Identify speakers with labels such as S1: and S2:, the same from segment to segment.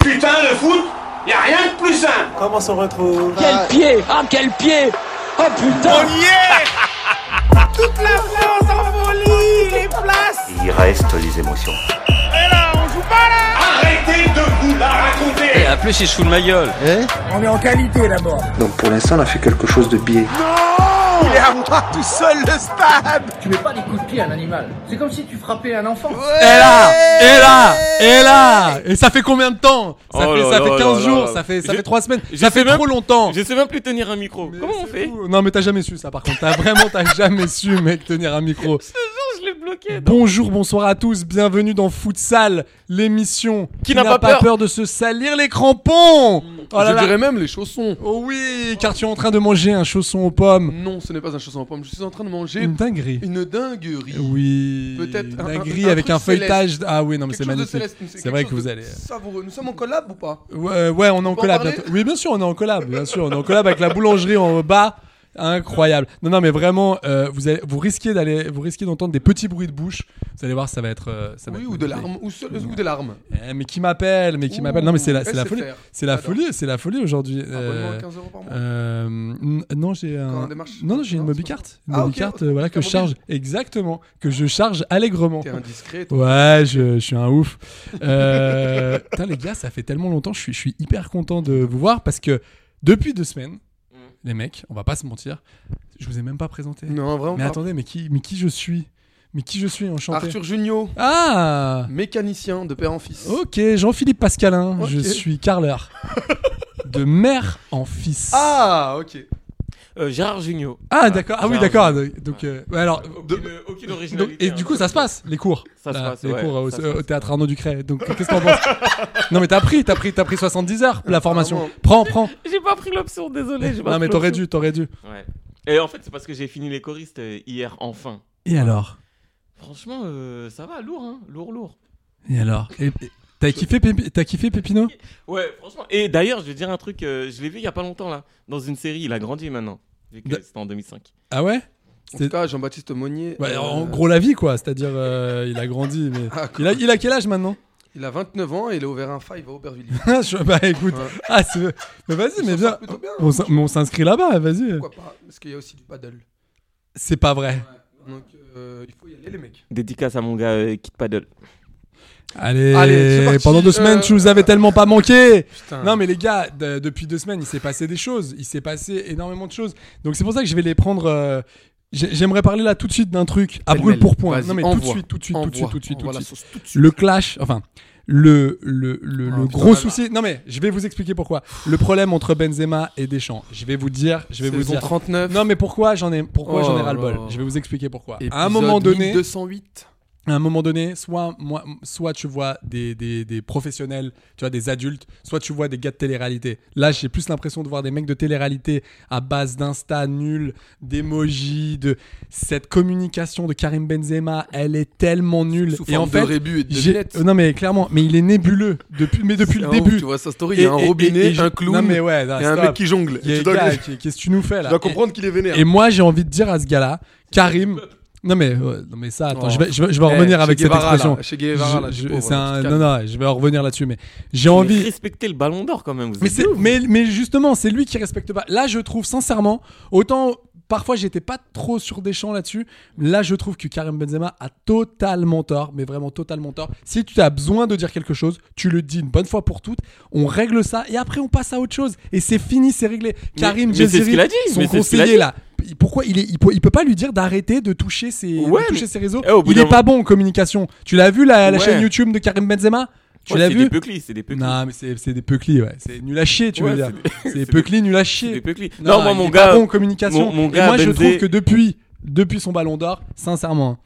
S1: Putain, le foot, y a rien de plus simple.
S2: Comment s'en retrouve
S3: Quel pied Ah, quel pied Oh putain
S4: y est Toute la France en folie Les places
S5: Il reste les émotions.
S4: Et là, on joue pas là
S1: Arrêtez de vous la raconter.
S6: En plus, il se fout de ma gueule.
S4: On est en qualité d'abord
S7: Donc pour l'instant, on a fait quelque chose de biais.
S4: Il est à moi tout seul le stade
S8: Tu mets pas des coups de pied à un animal. C'est comme si tu frappais un enfant.
S9: Et là Ah, Et là Et là Et ça fait combien de temps Ça
S6: Oh
S9: fait,
S6: là
S9: ça
S6: là
S9: fait
S6: là
S9: 15
S6: là
S9: jours,
S6: là.
S9: ça fait, ça
S6: Je-
S9: fait 3 semaines,
S6: je
S9: ça fait
S6: sais même-
S9: trop longtemps
S6: Je sais même plus tenir un micro.
S9: Mais
S6: Comment on
S9: c'est
S6: fait
S9: fou. Non mais t'as jamais su ça par contre, t'as vraiment t'as jamais su mec tenir un micro.
S6: Non, je l'ai bloqué.
S9: Bonjour, bonsoir à tous, bienvenue dans Futsal, l'émission qui, n'a pas, peur. de se salir les crampons.
S6: Hmm.
S9: Oh là
S10: je
S9: là.
S10: dirais même les chaussons.
S9: Oh oui, car tu es en train de manger un chausson aux pommes.
S10: Non, ce n'est pas un chausson en pomme. Je suis en train de manger
S9: Une dinguerie.
S10: une dinguerie.
S9: Mm. Oui.
S10: Peut-être
S9: une
S10: un- un-
S9: dinguerie
S10: un
S9: avec
S10: truc
S9: un feuilletage. Ah oui, non mais
S10: Quelque
S9: c'est
S10: chose de
S9: magnifique.
S10: céleste, mais
S9: C'est
S10: quelque
S9: vrai
S10: chose
S9: que vous
S10: de
S9: allez. euh,
S10: Savoureux. Nous sommes en collab ou pas
S9: Ouais, euh, ouais, on est en
S10: peut en
S9: collab.
S10: parler
S9: bientôt. Oui, bien sûr, on est en collab, bien sûr. On est en collab avec la boulangerie en bas. Incroyable. Non, non, mais vraiment, euh, vous, allez- vous risquez d'aller, vous risquez d'entendre des petits bruits de bouche. Vous allez voir, ça va être, euh, ça va
S10: Oui,
S9: être
S10: ou de
S9: magnifique.
S10: larmes. Ou, seul- ou des larmes.
S9: Eh, mais qui m'appelle, mais qui
S10: Ouh,
S9: m'appelle. Non, mais c'est la, c'est la
S10: SFR.
S9: folie. C'est la
S10: J'adore.
S9: folie, c'est la folie aujourd'hui.
S10: Abonnement
S9: Euh,
S10: à 15 euros par mois.
S9: euh, n- non, j'ai un.
S10: Quand on démarche-
S9: non, non, j'ai une
S10: Non, c'est pas-
S9: mobicarte. Une
S10: Ah, ok,
S9: mobicarte,
S10: ok,
S9: euh, voilà, que je
S10: mobile.
S9: charge exactement, que je charge allègrement.
S10: T'es indiscret. toi.
S9: Ouais, je, je suis un ouf. Euh, putain, les gars, ça fait tellement longtemps. Je suis, je suis hyper content de vous voir parce que depuis deux semaines, les mecs, on va pas se mentir, je vous ai même pas présenté.
S10: Mm. Non, vraiment.
S9: mais
S10: pas.
S9: attendez, mais qui, mais qui je suis Mais qui je suis Enchanté.
S10: Arthur Junio,
S9: Ah
S10: mécanicien de père en fils.
S9: Ok, Jean-Philippe Pascalin,
S10: Ok.
S9: je suis carleur. de mère en fils.
S10: Ah, ok.
S6: Euh, Gérard Jugnot.
S9: Ah, d'accord. Ah oui,
S6: Gérard
S9: d'accord.
S6: Jugnot.
S9: Donc, euh, ouais, alors. de-
S6: Aucune, aucune
S9: donc-
S6: originalité. hein.
S9: et du coup, ça se passe, les cours.
S6: Ça se
S9: Là,
S6: passe,
S9: les
S6: ouais,
S9: cours euh, au,
S6: ça se
S9: euh, au
S6: passe.
S9: théâtre Arnaud Ducret. Donc, euh, qu'est-ce que t'en penses Non, mais t'as pris, t'as pris, t'as pris 70 heures la formation.
S10: Apparemment.
S9: Prends, prends.
S6: J'ai pas pris l'option, désolé. j'ai pas
S9: Non,
S6: pris
S9: mais t'aurais
S6: l'option.
S9: dû, t'aurais dû.
S6: Ouais. Et en fait, c'est parce que j'ai fini les choristes euh, hier, enfin.
S9: Et alors
S6: Franchement, euh, ça va, lourd, hein. Lourd, lourd.
S9: Et alors Et- et- T'as kiffé, Pépi- t'as kiffé Pépino
S6: Ouais, franchement. Et d'ailleurs, je vais dire un truc, euh, je l'ai vu il y a pas longtemps, là. Dans une série, il a grandi maintenant. Vu que
S9: D'a-
S6: c'était en 2005.
S9: Ah ouais
S10: En
S9: C'est-
S10: tout cas, Jean-Baptiste Monnier.
S9: Ouais,
S10: euh,
S9: En gros, la vie, quoi. C'est-à-dire, euh, il a grandi, mais.
S10: Ah, quoi.
S9: Il a, il a quel âge maintenant
S10: Il a 29 ans et il a ouvert un five à Aubervilliers.
S9: Je- Bah écoute,
S10: Ouais.
S9: ah, c'est- mais vas-y,
S10: Il
S9: mais
S10: s'en
S9: viens.
S10: sort plutôt bien.
S9: On s'in- mais on s'inscrit là-bas, vas-y.
S10: Pourquoi pas Parce qu'il y a aussi du paddle.
S9: C'est pas vrai.
S10: Donc, euh, il faut y aller, les mecs.
S6: Dédicace à mon gars euh, Kid Paddle.
S9: Allez,
S10: Allez, c'est parti,
S9: pendant deux semaines,
S10: euh,
S9: tu nous avais tellement pas manqué.
S10: Putain.
S9: Non, mais les gars, de- depuis deux semaines, il s'est passé des choses. Il s'est passé énormément de choses. Donc, c'est pour ça que je vais les prendre. euh, j'ai- J'aimerais parler là tout de suite d'un truc à brûle
S10: Pêle-mêle.
S9: pour point.
S10: Vas-y,
S9: Non, mais tout de
S10: envoie.
S9: suite, tout de suite, tout de suite, tout de suite, tout
S10: Envoie
S9: de
S10: la
S9: suite.
S10: sauce tout de suite.
S9: Le clash, enfin, le, le, le,
S10: Ah,
S9: le
S10: putain,
S9: gros
S10: là, là.
S9: souci. Non, mais je vais vous expliquer pourquoi. Le problème entre Benzema et Deschamps. Je vais vous dire, je vais vous
S10: Saison
S9: dire.
S10: 39.
S9: Non, mais pourquoi j'en ai, pourquoi
S10: Oh
S9: j'en ai
S10: là
S9: ras-le-bol.
S10: là.
S9: Je vais vous expliquer pourquoi. à un
S10: Épisode
S9: moment donné.
S10: 1208.
S9: à un moment donné, soit, moi, soit tu vois des, des, des professionnels, tu vois des adultes, soit tu vois des gars de télé-réalité. Là, j'ai plus l'impression de voir des mecs de télé-réalité à base d'insta nul, d'emojis, de cette communication de Karim Benzema, elle est tellement nulle.
S10: Sous
S9: Et en
S10: forme de
S9: fait,
S10: rébus et de
S9: j'ai-
S10: devinettes.
S9: euh, non mais clairement, mais il est nébuleux depuis, mais depuis le
S10: C'est un ouf,
S9: début.
S10: Tu vois sa story, il y a un
S9: Et- et-
S10: robinet,
S9: et je-
S10: un clown
S9: Non mais ouais, non,
S10: et un
S9: stop.
S10: mec qui jongle.
S9: Il y a
S10: Tu
S9: un
S10: dois,
S9: gars
S10: tu
S9: qui- qu'est-ce que tu nous fais là
S10: dois
S9: Et-
S10: comprendre qu'il est vénère.
S9: et moi, j'ai envie de dire à ce gars-là, Karim. Non mais, ouais, non mais ça, attends,
S10: Oh.
S9: je vais, je vais, je vais en
S10: Eh,
S9: revenir
S10: chez
S9: avec cette
S10: Guevara, là,
S9: expression.
S10: chez Guevara, là,
S9: Je-
S10: chez
S9: je-
S10: pauvre,
S9: c'est un-
S10: là, tu te
S9: non, non, je vais en revenir là-dessus, mais j'ai
S6: Mais
S9: envie.
S6: Respectez le ballon d'or quand même. Vous
S9: Mais,
S6: êtes
S9: c'est-
S6: des ouf.
S9: mais, mais justement, c'est lui qui respecte pas. Là, je trouve sincèrement, autant parfois j'étais pas trop sur des champs là-dessus, là je trouve que Karim Benzema a totalement tort, mais vraiment totalement tort. Si tu as besoin de dire quelque chose, tu le dis une bonne fois pour toutes, on règle ça et après on passe à autre chose. Et c'est fini, c'est réglé. Karim
S6: mais c'est ce
S9: Jeziri,
S6: qu'il a dit,
S9: son
S6: mais c'est ce qu'il a
S9: conseiller
S6: dit.
S9: là. Pourquoi il, est, il, peut, il peut pas lui dire d'arrêter de toucher ses,
S6: Ouais,
S9: de toucher
S6: mais-
S9: ses réseaux
S6: Eh, au bout
S9: Il
S6: d'un
S9: est pas bon en communication. Tu l'as vu la, la
S6: Ouais.
S9: chaîne YouTube de Karim Benzema Tu
S6: Ouais,
S9: l'as
S6: c'est
S9: vu
S6: des peuclis, c'est des peuclis.
S9: non, mais c'est c'est des peuclis, ouais. C'est nul à chier, tu
S6: Ouais,
S9: veux dire.
S6: c'est des-
S9: C'est
S6: c'est
S9: peuclis, nul à
S6: C'est des
S9: chier.
S6: peuclis. Non, moi,
S9: il
S6: mon
S9: est pas
S6: gars.
S9: bon en communication.
S6: mon- mon
S9: Et
S6: gars,
S9: moi, je
S6: Benzé-
S9: trouve que depuis, depuis son ballon d'or, sincèrement,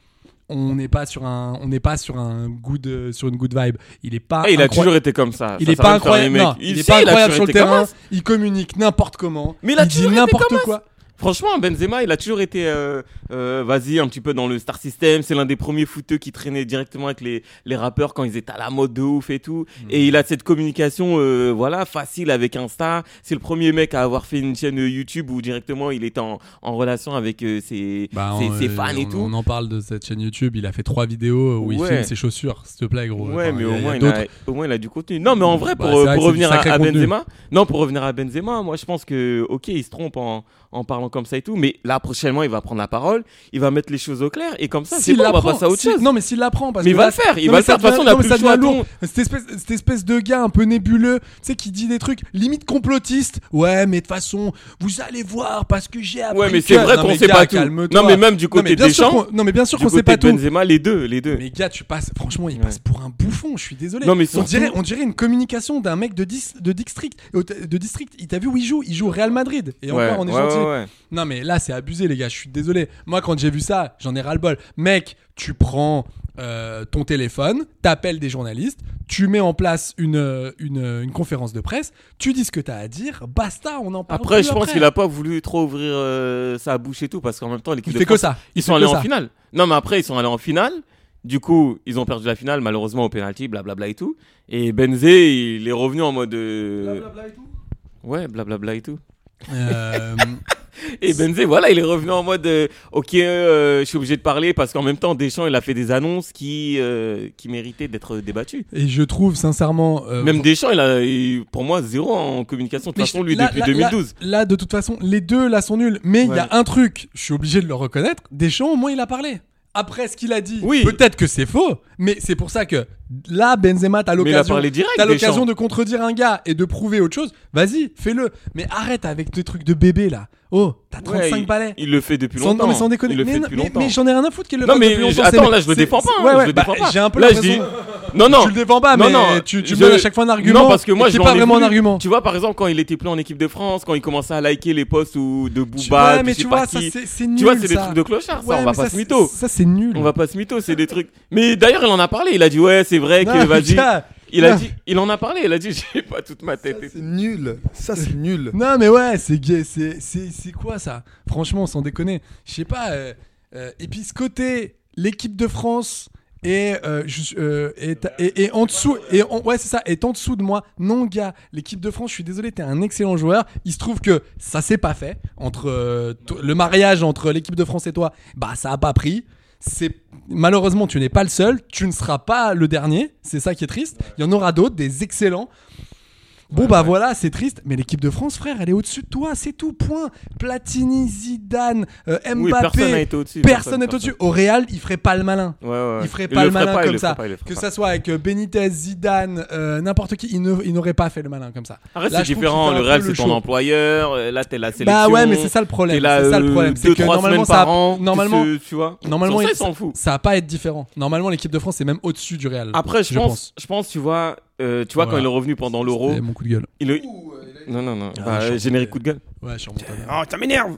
S9: on n'est pas sur un, on n'est pas sur un good, euh, sur une good vibe. Il est pas.
S6: Eh, il a
S9: incroy-
S6: toujours été comme ça.
S9: Il
S6: ça,
S9: est
S6: ça
S9: pas
S6: va me faire les
S9: incroyable.
S6: mecs.
S9: non, il, est
S6: si,
S9: pas
S6: a
S9: incroyable
S6: toujours
S9: sur le
S6: été comme
S9: terrain.
S6: ça.
S9: Il communique n'importe comment.
S6: Mais il a
S9: dit
S6: toujours été
S9: n'importe
S6: comme
S9: quoi.
S6: Franchement, Benzema, il a toujours été, euh, euh, vas-y, un petit peu dans le star system. C'est l'un des premiers footeux qui traînait directement avec les, les rappeurs quand ils étaient à la mode de ouf et tout.
S9: Mhm.
S6: Et il a cette communication, euh, voilà, facile avec Insta. C'est le premier mec à avoir fait une chaîne YouTube où directement il était en, en relation avec euh, ses,
S9: Bah,
S6: ses,
S9: on,
S6: ses
S9: euh,
S6: fans et
S9: on-
S6: tout.
S9: On en parle de cette chaîne YouTube. Il a fait trois vidéos où il
S6: Ouais.
S9: filme ses chaussures. S'il te plaît, gros.
S6: Ouais,
S9: Enfin, il y
S6: mais
S9: a-
S6: au
S9: il y a
S6: moins, il
S9: d'autres-
S6: a, au moins il a du contenu. Non, mais en vrai,
S9: Bah,
S6: pour,
S9: c'est vrai
S6: pour
S9: que c'est du
S6: revenir à,
S9: sacré
S6: à
S9: contenu.
S6: Benzema, non, pour revenir à Benzema, moi je pense que, ok, il se trompe en, en parlant comme ça et tout, mais là prochainement, il va prendre la parole, il va mettre les choses au clair, et comme ça, c'est
S9: S'il
S6: bon, on va
S9: l'apprend-
S6: passer à autre
S9: si-
S6: chose.
S9: Non, mais s'il l'apprend, parce
S6: Mais
S9: que
S6: il va
S9: là,
S6: le faire, il
S9: non,
S6: va
S9: mais
S6: le
S9: ça
S6: faire, Bah, de
S9: devient-
S6: toute façon, on a
S9: non, mais
S6: plus
S9: ça
S6: le choix,
S9: devient
S6: tout.
S9: lourd. Cette espèce, cette espèce de gars un peu nébuleux, tu sais, qui dit des trucs limite complotistes. Ouais, mais de toute façon, vous allez voir parce que j'ai appris.
S6: Ouais, mais
S9: que-
S6: c'est vrai
S9: Non,
S6: qu'on
S9: mais
S6: sait
S9: gars,
S6: pas tout.
S9: calme-toi.
S6: Non, mais même du
S9: Non, mais
S6: côté
S9: bien
S6: des
S9: sûr
S6: champs,
S9: qu'on- Non, mais bien sûr
S6: du
S9: qu'on sait
S6: côté
S9: pas
S6: de
S9: tout.
S6: Benzema, les deux, les deux.
S9: Mais gars, tu passes. Franchement, il
S6: Ouais.
S9: passe pour un bouffon. Je suis désolé.
S6: Non, mais
S9: on
S6: surtout-
S9: dirait, on dirait une communication d'un mec de, dis- de district. De district. Il t'a vu où il joue Il joue au Real Madrid. Et
S6: Ouais,
S9: encore, on est
S6: ouais,
S9: gentil.
S6: ouais, ouais.
S9: Non mais là c'est abusé les gars, je suis désolé. Moi quand j'ai vu ça, j'en ai ras-le-bol. Mec, tu prends euh, ton téléphone, t'appelles des journalistes, tu mets en place une, euh, une, euh, une conférence de presse, tu dis ce que t'as à dire, basta, on en parle.
S6: Après,
S9: plus
S6: je pense qu'il a pas voulu trop ouvrir euh, sa bouche et tout, parce qu'en même temps, l'équipe
S9: Il
S6: de
S9: fait que
S6: France,
S9: ça.
S6: ils
S9: Il
S6: sont
S9: fait
S6: allés
S9: que
S6: en
S9: ça.
S6: finale. Non, mais après, ils sont allés en finale. Du coup, ils ont perdu la finale, malheureusement, au pénalty, blablabla et tout. Et Benzé, il est revenu en mode. euh, Ouais, blablabla et tout.
S9: Euh,
S6: Et Benzé, voilà, il est revenu en mode euh, Ok, euh, je suis obligé de parler parce qu'en même temps, Deschamps, il a fait des annonces qui, euh, qui méritaient d'être débattues.
S9: et je trouve sincèrement... euh,
S6: Même Deschamps, il a, il- pour moi, zéro en communication. De toute
S9: Mais
S6: façon,
S9: je-
S6: lui,
S9: là-
S6: depuis
S9: là-
S6: 2012.
S9: Là, là, de toute façon, les deux là sont nuls. Mais il y
S6: Ouais.
S9: a un truc, je suis obligé de le reconnaître. Deschamps, au moins, il a parlé. Après ce qu'il a dit,
S6: Oui.
S9: peut-être que c'est faux, mais c'est pour ça que là, Benzema, t'as
S6: Mais il a
S9: l'occasion.
S6: parlé direct,
S9: T'as
S6: Deschamps.
S9: l'occasion de contredire un gars et de prouver autre chose. Vas-y, fais-le. Mais arrête avec tes trucs de bébé là. Oh, t'as 35
S6: Ouais, il-
S9: balais.
S6: Il le fait depuis
S9: Sans-
S6: longtemps. hein.
S9: non, mais sans déconner.
S6: Il le
S9: mais,
S6: fait
S9: non,
S6: depuis
S9: mais-
S6: longtemps.
S9: mais j'en ai rien à foutre qu'elle le
S6: Non
S9: fasse
S6: mais
S9: depuis longtemps,
S6: je-
S9: c'est-
S6: attends là je le
S9: c'est-
S6: défends pas, hein,
S9: ouais, ouais,
S6: je le
S9: bah,
S6: défends pas.
S9: J'ai un peu
S6: là je dis
S9: l'impression-
S6: non non
S9: Tu le défends pas, mais
S6: non, non,
S9: tu, tu me
S6: je-
S9: donnes à chaque fois un argument.
S6: Non parce que moi
S9: qui
S6: je
S9: est
S6: lui en
S9: pas
S6: ai
S9: vraiment un
S6: voulu.
S9: argument.
S6: Tu vois par exemple quand il était plus en équipe de France, quand il commençait à liker les posts ou de
S9: Tu-
S6: Booba,
S9: ouais,
S6: de
S9: mais
S6: je sais
S9: tu
S6: pas
S9: vois, ça
S6: qui.
S9: c'est c'est nul.
S6: tu vois c'est des
S9: ça.
S6: trucs de clochards ça,
S9: Ouais,
S6: on
S9: mais
S6: va pas
S9: ça,
S6: se
S9: c'est-
S6: mytho.
S9: Ça, c'est nul.
S6: On va pas se mytho, c'est des trucs. Mais d'ailleurs, il en a parlé, il a dit ouais, c'est vrai que
S9: Non,
S6: vas-y.
S9: gars,
S6: Il a
S9: non.
S6: dit il en a parlé, il a dit j'ai pas toute ma tête. et tout.
S10: C'est nul. Ça, c'est nul.
S9: Non, mais ouais, c'est gay. C'est, c'est, c'est quoi ça Franchement, sans déconner. Je sais pas. euh, euh, et puis, ce côté, l'équipe de France. Et, euh, je suis- euh, et, ta- et- et en dessous et en- ouais c'est ça est en dessous de moi non gars l'équipe de France je suis désolé t'es un excellent joueur il se trouve que ça s'est pas fait entre euh, to- le mariage entre l'équipe de France et toi bah ça a pas pris c'est malheureusement tu n'es pas le seul tu ne seras pas le dernier c'est ça qui est triste il y en aura d'autres des excellents Bon bah voilà, c'est triste, mais l'équipe de France, frère, elle est au-dessus de toi, c'est tout, point. Platini, Zidane, euh,
S6: Oui,
S9: Mbappé,
S6: personne n'a été au-dessus.
S9: personne n'est au-dessus. Au Real, il ferait pas le malin.
S6: Ouais, ouais.
S9: Il ferait
S6: le
S9: pas le malin
S6: pas, il
S9: comme
S6: le
S9: ça.
S6: ferait pas, il le ferait
S9: que
S6: pas.
S9: ça soit avec euh, Benitez, Zidane, euh, n'importe qui, il ne- il n'aurait pas fait le malin comme ça.
S6: Arrête,
S9: Là,
S6: c'est
S9: je trouve
S6: différent.
S9: qu'il fait
S6: Le
S9: un
S6: Real,
S9: peu
S6: c'est
S9: le
S6: ton
S9: show.
S6: employeur. euh, Là, t'es la sélection.
S9: Bah ouais, mais c'est ça le problème.
S6: T'es là,
S9: C'est ça le
S6: euh,
S9: problème, c'est
S6: deux,
S9: que
S6: trois
S9: normalement,
S6: semaines
S9: ça-
S6: par an.
S9: normalement-
S6: tu sais, tu vois.
S9: Normalement,
S6: Sur ça,
S9: il-
S6: ils s'en foutent.
S9: Ça va pas être différent. Normalement, l'équipe de France est même au-dessus du Real.
S6: Après, je,
S9: je
S6: pense,
S9: pense.
S6: je pense, tu vois, euh, tu vois
S9: Voilà.
S6: quand il est revenu pendant l'euro,
S9: C'était Eh, mon coup de gueule.
S6: il le- non non non, bah,
S9: je
S6: euh,
S9: suis
S6: générique coup de gueule.
S9: Ouais, je suis remonté.
S4: Oh, ça m'énerve.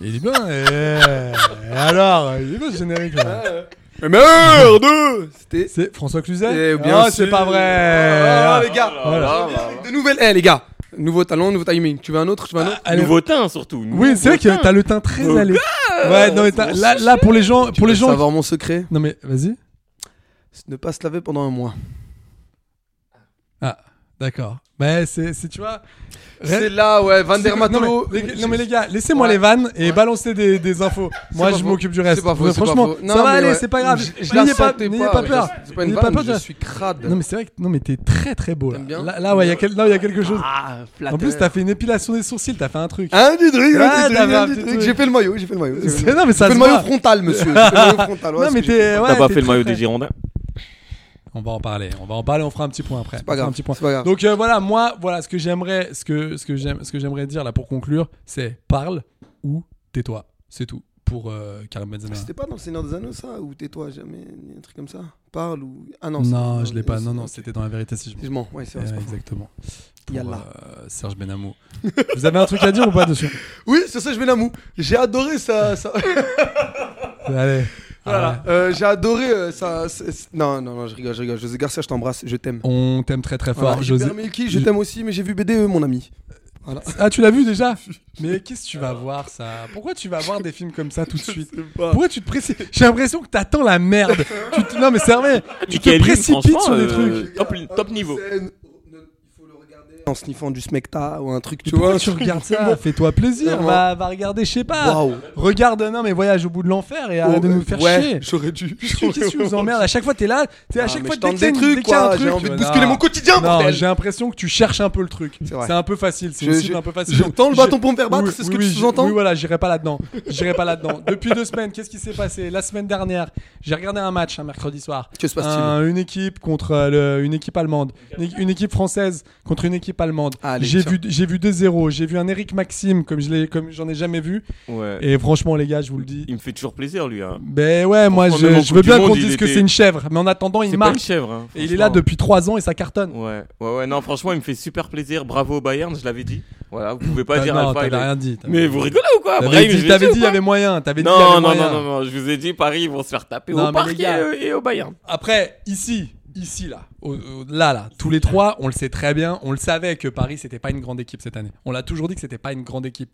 S9: Il est bien.
S10: eh.
S9: euh, alors, il est bien ce générique là.
S10: Ah, Mais merde C'était.
S9: C'est François Cluzet.
S10: Eh, bien
S9: Ah, c'est
S10: sûr.
S9: pas Oh
S10: Ah,
S9: vrai.
S10: les gars.
S9: Voilà.
S10: De nouvelles. Eh, les gars. Nouveau talent, nouveau timing. Tu veux un autre Tu veux un autre
S9: Ah, Allez,
S6: Nouveau teint surtout.
S9: Oui, c'est vrai
S10: ah.
S9: que
S6: Nouveau teint.
S9: t'as le teint très
S6: Oh,
S9: allé. Ouais, non, mais t'as- là, là, pour les gens, pour les
S10: Tu veux
S9: gens.
S10: Savoir mon secret
S9: Non, mais vas-y.
S10: c'est Ne pas se laver pendant un mois.
S9: Ah, d'accord. Bah, c'est, c'est- tu vois.
S10: C'est là, ouais. Van der
S9: Non, mais-
S10: Matolo.
S9: les- Non, mais, les gars, laissez-moi
S10: Ouais.
S9: les vannes et balancez des, des infos. Moi,
S10: pas
S9: je
S10: faux.
S9: m'occupe du reste.
S10: C'est pas faux,
S9: Mais
S10: c'est pas
S9: franchement,
S10: faux. Non,
S9: ça va
S10: mais
S9: aller,
S10: ouais.
S9: c'est pas grave.
S10: Je, je la
S9: N'ayez pas,
S10: sentais
S9: n'ayez pas
S10: mais
S9: peur.
S10: je- C'est pas une
S9: N'ayez
S10: vanne,
S9: pas peur
S10: je
S9: de-
S10: suis crade.
S9: Non, mais c'est vrai que non, mais t'es très très beau là.
S10: T'aimes bien Ah,
S9: Là, là, ouais, il y a quel- non, il y a quelque chose. en plus, t'as fait une épilation des sourcils, t'as fait un truc.
S10: Un du truc,
S9: Ah,
S10: un du
S9: t'as
S10: truc,
S9: fait un
S10: un
S9: petit
S10: du truc.
S9: truc.
S10: J'ai fait le maillot, j'ai fait le maillot. J'ai fait le
S9: C'est- non, mais ça
S10: j'ai fait
S9: se
S10: le maillot
S9: voit.
S10: frontal, monsieur. J'ai fait le maillot frontal. voilà
S9: Non,
S10: ce
S9: mais
S10: que j'ai fait.
S9: t'es.
S6: T'as
S9: ouais,
S6: pas
S9: t'es
S6: fait le
S9: très,
S6: maillot
S9: très-
S6: des Girondins.
S9: On va en parler, on va en parler, on fera un petit point après.
S10: C'est pas
S9: On fera
S10: grave,
S9: un petit point.
S10: c'est pas grave.
S9: Donc euh, voilà, moi, voilà ce que j'aimerais, ce que ce que j'aime, ce que j'aimerais dire là pour conclure, c'est parle ou tais-toi, c'est tout pour euh, Karim
S10: Ah,
S9: Benzema.
S10: C'était pas dans le Seigneur des Anneaux, ça Ou tais-toi jamais, un truc comme ça Parle ou. Ah non,
S9: Non,
S10: c'est-
S9: je l'ai pas. Non, non,
S10: ok.
S9: c'était dans la vérité si je me.
S10: Excuse-moi, ouais, c'est vrai. c'est
S9: Euh,
S10: pas faux.
S9: exactement. Pour,
S10: Yallah.
S9: euh, Serge Benamou. Vous avez un truc à dire ou pas dessus
S10: Oui, c'est ça, je vais l'amour. J'ai adoré ça. ça-
S9: Allez.
S10: Voilà.
S9: Ah ouais.
S10: Euh, J'ai adoré euh, ça. c'est- c'est- Non, non, non, je rigole, je rigole. José Garcia, je t'embrasse, je t'aime.
S9: On t'aime très très fort,
S10: Voilà,
S9: José. E,
S10: Hubert Melki, je t'aime aussi, mais j'ai vu BDE, mon ami. Voilà.
S9: Ah, tu l'as vu déjà Mais qu'est-ce que tu vas voir ça Pourquoi tu vas voir des films comme ça tout de suite Pourquoi tu te précipites J'ai l'impression que t'attends la merde. Tu te- Non, mais c'est vrai.
S10: Ah,
S9: Tu te
S6: Michael Youn,
S9: précipites
S6: franchement,
S9: sur des
S6: euh,
S9: trucs.
S6: Top, top niveau.
S10: Scène, Il faut le regarder en sniffant du smecta ou un truc, tu
S9: Tu vois,
S10: vois.
S9: tu
S10: un truc
S9: regardes
S10: vraiment-
S9: ça, fais-toi plaisir.
S10: Vraiment.
S9: Va, va regarder, je sais pas.
S10: Waouh. Oh,
S9: Regarde, non, mais voyage au bout de l'enfer et arrête de nous faire
S10: ouais,
S9: chier.
S10: J'aurais dû.
S9: Qu'est-ce que- qu'est-ce que tu nous emmerdes À chaque fois, t'es là. T'es à
S10: Ah,
S9: chaque
S10: mais
S9: fois,
S10: je
S9: dès
S10: tente
S9: que t'as
S10: des
S9: une-
S10: trucs,
S9: dès qu'il y a un
S10: quoi.
S9: truc,
S10: J'ai envie
S9: tu
S10: de
S9: vois,
S10: bousculer
S9: non.
S10: mon quotidien,
S9: Non,
S10: bordel.
S9: j'ai l'impression que tu cherches un peu le truc.
S10: C'est vrai.
S9: C'est un peu facile, c'est
S10: Je-
S9: une cible
S10: je-
S9: un peu facile.
S10: je tends le bâton
S9: J'ai-
S10: pour me faire battre, c'est ce que tu
S9: j-
S10: sous-entends
S9: Oui, voilà, j'irai pas là-dedans. J'irai pas là-dedans. Depuis deux semaines, qu'est-ce qui s'est passé La semaine dernière, j'ai regardé un match un mercredi soir.
S10: Que se passe-t-il
S9: Un- Une équipe contre euh, le- une équipe allemande, une, une équipe française contre une équipe allemande.
S6: Ah,
S10: Allez,
S9: J'ai
S10: tiens.
S9: vu j'ai vu 2-0, j'ai vu un Eric Maxime comme je l'ai comme j'en ai jamais vu
S6: Ouais.
S9: et franchement les gars, je vous le dis.
S6: Il me fait toujours plaisir, lui. hein.
S9: Ben ouais, moi
S6: Franchement, même
S9: je,
S6: en
S9: je veux
S6: Coupe
S9: bien
S6: du
S9: qu'on
S6: Monde, il
S9: dise que
S6: était-
S9: c'est une chèvre, mais en attendant, il
S6: C'est pas une
S9: marche.
S6: chèvre. hein,
S9: Et il est là
S6: franchement.
S9: depuis 3 ans et ça cartonne.
S6: Ouais, ouais, ouais, non, franchement, il me fait super plaisir. Bravo au Bayern, je l'avais dit. Voilà, vous pouvez pas
S9: T'as-
S6: dire
S9: Bah non,
S6: Alpha. il
S9: t'avais
S6: est-
S9: rien dit. t'avais-
S6: Mais vous ah, bah, rigolez ou quoi
S9: T'avais
S6: Brahim, je
S9: dit,
S6: l'ai
S9: t'avais
S6: ou
S9: dit, il y
S6: pas
S9: avait moyen. T'avais dit, il y avait
S6: Non, non,
S9: moyen.
S6: non, non, non, je vous ai dit, Paris, ils vont se faire taper
S9: Non,
S6: au
S9: mais les
S6: parc et,
S9: gars-
S6: euh, et au Bayern.
S9: Après, ici, ici, là, au- au- là, là, tous les trois, on le sait très bien. On le savait que Paris, c'était pas une grande équipe cette année. On l'a toujours dit que c'était pas une grande équipe.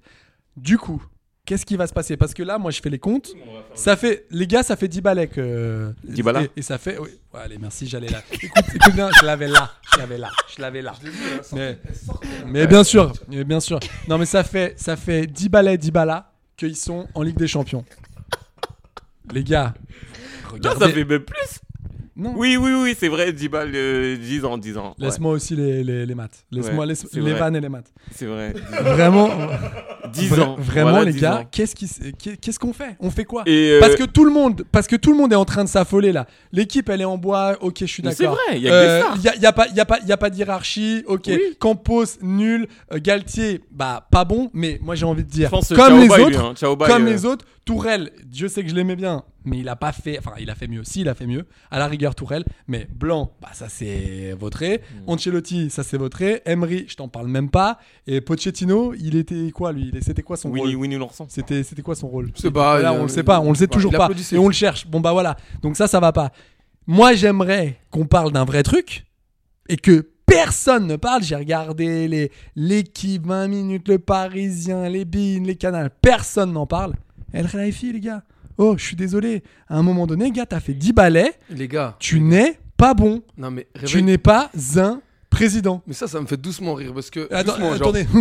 S9: Du coup, qu'est-ce qui va se passer Parce que là, moi, je fais les comptes. Ça fait, les gars, ça fait 10 balais que.
S6: Dybala.
S9: Et, et ça fait. oui. Ouais, allez, merci, j'allais là. Écoute, écoute bien, je l'avais là. Je l'avais là. Je l'avais là. Mais, mais bien sûr, mais bien sûr. Non, mais ça fait, ça fait 10 balais, 10 balas qu'ils sont en Ligue des Champions. Les gars,
S6: Non,
S9: regardez.
S6: ça fait même plus.
S9: Non.
S6: Oui, oui, oui, c'est vrai, 10 balles, euh, 10 ans, 10 ans. Ouais,
S9: Laisse-moi aussi les, les, les maths. Laisse-moi
S6: Ouais,
S9: laisse-
S6: c'est
S9: les
S6: vrai.
S9: vannes et les maths.
S6: c'est vrai.
S9: Vraiment,
S6: 10 ans.
S9: vraiment
S6: Voilà,
S9: les
S6: 10
S9: gars,
S6: ans.
S9: qu'est-ce qui se- qu'est- qu'est-ce qu'on fait On fait quoi
S6: Et, euh,
S9: Parce que tout le monde, parce que tout le monde est en train de s'affoler là. L'équipe, elle est en bois. Ok, je suis
S6: Mais
S9: d'accord. Euh,
S6: c'est vrai, il y a que des stars.
S9: Il y a, y a pas, y a pas, y a pas de hiérarchie. Ok, Campos nul, Euh, Galtier, bah pas bon. Mais moi j'ai envie de dire,
S6: Je pense, euh,
S9: comme
S6: ciao
S9: les
S6: bye, lui,
S9: autres,
S6: hein. Ciao bye,
S9: comme
S6: euh.
S9: les autres, Tourelle, Dieu sait que je l'aimais bien, mais il a pas fait. Enfin, il a fait mieux. Si, il a fait mieux. À la rigueur, Tourelle. Mais Blanc, bah ça c'est votré. Ancelotti, ça c'est votré. Emery, je t'en parle même pas. Et Pochettino, il était quoi lui Il- C'était quoi son
S6: Winnie,
S9: rôle
S6: Winnie Lançon.
S9: c'était, c'était quoi son rôle
S10: sais pas,
S9: Là,
S10: il,
S9: on le
S10: euh,
S9: sait pas, on le sait
S10: bah,
S9: toujours
S10: il
S9: pas.
S10: applaudissait.
S9: Et on le cherche. Bon, bah voilà. Donc ça, ça va pas. Moi, j'aimerais qu'on parle d'un vrai truc et que personne ne parle. J'ai regardé les, l'équipe, 20 minutes, le Parisien, les Bines, les Canals. Personne n'en parle. El Khelaifi, les gars. Oh, je suis désolé. À un moment donné, gars, t'as fait 10 balais.
S10: Les gars,
S9: Tu n'es pas bon.
S10: non mais
S9: Tu
S10: réveille.
S9: n'es pas un président.
S10: Mais ça, ça me fait doucement rire parce que.
S9: Attends,
S10: doucement,
S9: euh,
S10: genre.
S9: attendez.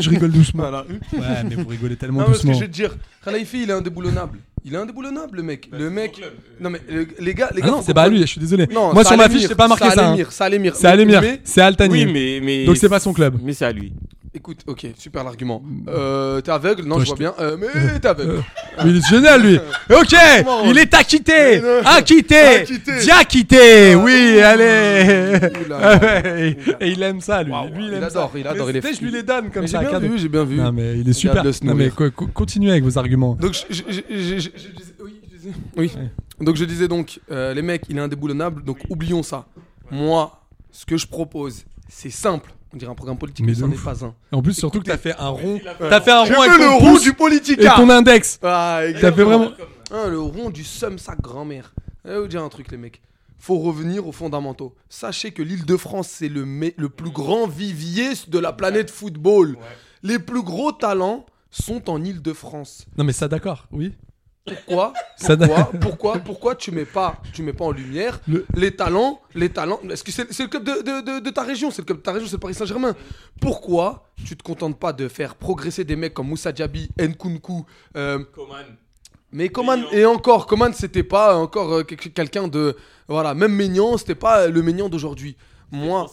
S9: je rigole doucement.
S10: Voilà.
S9: Ouais, mais vous rigolez tellement
S10: Non, mais ce que je
S9: doucement.
S10: veux te dire, Khalifi, il est indéboulonnable. Il est indéboulonnable, le
S6: Bah,
S10: mec. le mec. Non, mais le- les gars, les
S9: Ah
S10: gars.
S9: non,
S10: faut
S9: c'est pas
S10: comprendre-
S9: lui, je suis désolé.
S10: Non,
S9: Moi
S10: ça
S9: sur ma
S10: allait
S9: fiche,
S10: venir,
S9: c'est pas marqué ça.
S10: allait
S9: hein.
S10: venir, Ça allait mire.
S9: C'est Alemir,
S10: Mais
S9: c'est Altani.
S6: Oui, mais, mais.
S9: Donc c'est pas son club.
S6: Mais c'est à lui.
S10: écoute, ok, super l'argument. Euh, t'es aveugle Non, je vois
S9: je
S10: bien. Euh, mais t'es aveugle.
S9: Mais il est génial lui. Ok,
S10: Comment
S9: il est acquitté,
S10: Mais non.
S9: acquitté,
S10: Acquitté.
S9: diacquitté. Oui, allez.
S10: Oula.
S9: Ah ouais, Et et il aime ça lui. Lui, il
S10: Il
S9: aime
S10: adore,
S9: ça.
S10: il adore, il est
S9: Mais tu sais, Je
S10: fou.
S9: lui les donne comme
S10: Mais J'ai
S9: ça.
S10: bien
S9: cadeau.
S10: vu, j'ai bien vu.
S9: Non mais il est super.
S10: Regarde-le se
S9: Non mais
S10: nourrir.
S9: co- co- continuez avec vos arguments.
S10: Donc je, je- je- je- je- je disais, oui, je disais- oui. Donc je disais donc, euh, les mecs, il est indéboulonnable, donc oublions ça. Moi, ce que je propose, c'est simple. On dirait un programme politique,
S9: Mais
S10: mais
S9: de
S10: ça n'est
S9: ouf.
S10: pas un.
S9: En plus surtout que t'as fait un rond, t'as fait un
S10: Je
S9: rond
S10: veux
S9: avec
S10: le
S9: ton
S10: rond
S9: pouce
S10: du
S9: et
S10: politica.
S9: ton index.
S10: Ah, exact.
S9: T'as fait vraiment.
S10: Hein, le rond du seum sa grand-mère. Eh, vous dire un truc, les mecs. Faut revenir aux fondamentaux. Sachez que l'Île-de-France, c'est le, me- le plus grand vivier de la planète football. Les plus gros talents sont en Île-de-France.
S9: Non mais ça d'accord, oui.
S10: Pourquoi
S9: Ça n'a-
S10: pourquoi, pourquoi, pourquoi tu mets pas, tu mets pas en lumière
S9: Le-
S10: les talents, les talents. Est-ce que c'est c'est le club de, de- de- de ta région, c'est le club de ta région, c'est le Paris Saint-Germain. Pourquoi tu te contentes pas de faire progresser des mecs comme Moussa Diaby, Nkunku, euh, mais Coman et encore Coman c'était pas encore euh, quel- quelqu'un de voilà même Maignan c'était pas le Maignan d'aujourd'hui.
S6: Ah.
S10: Moi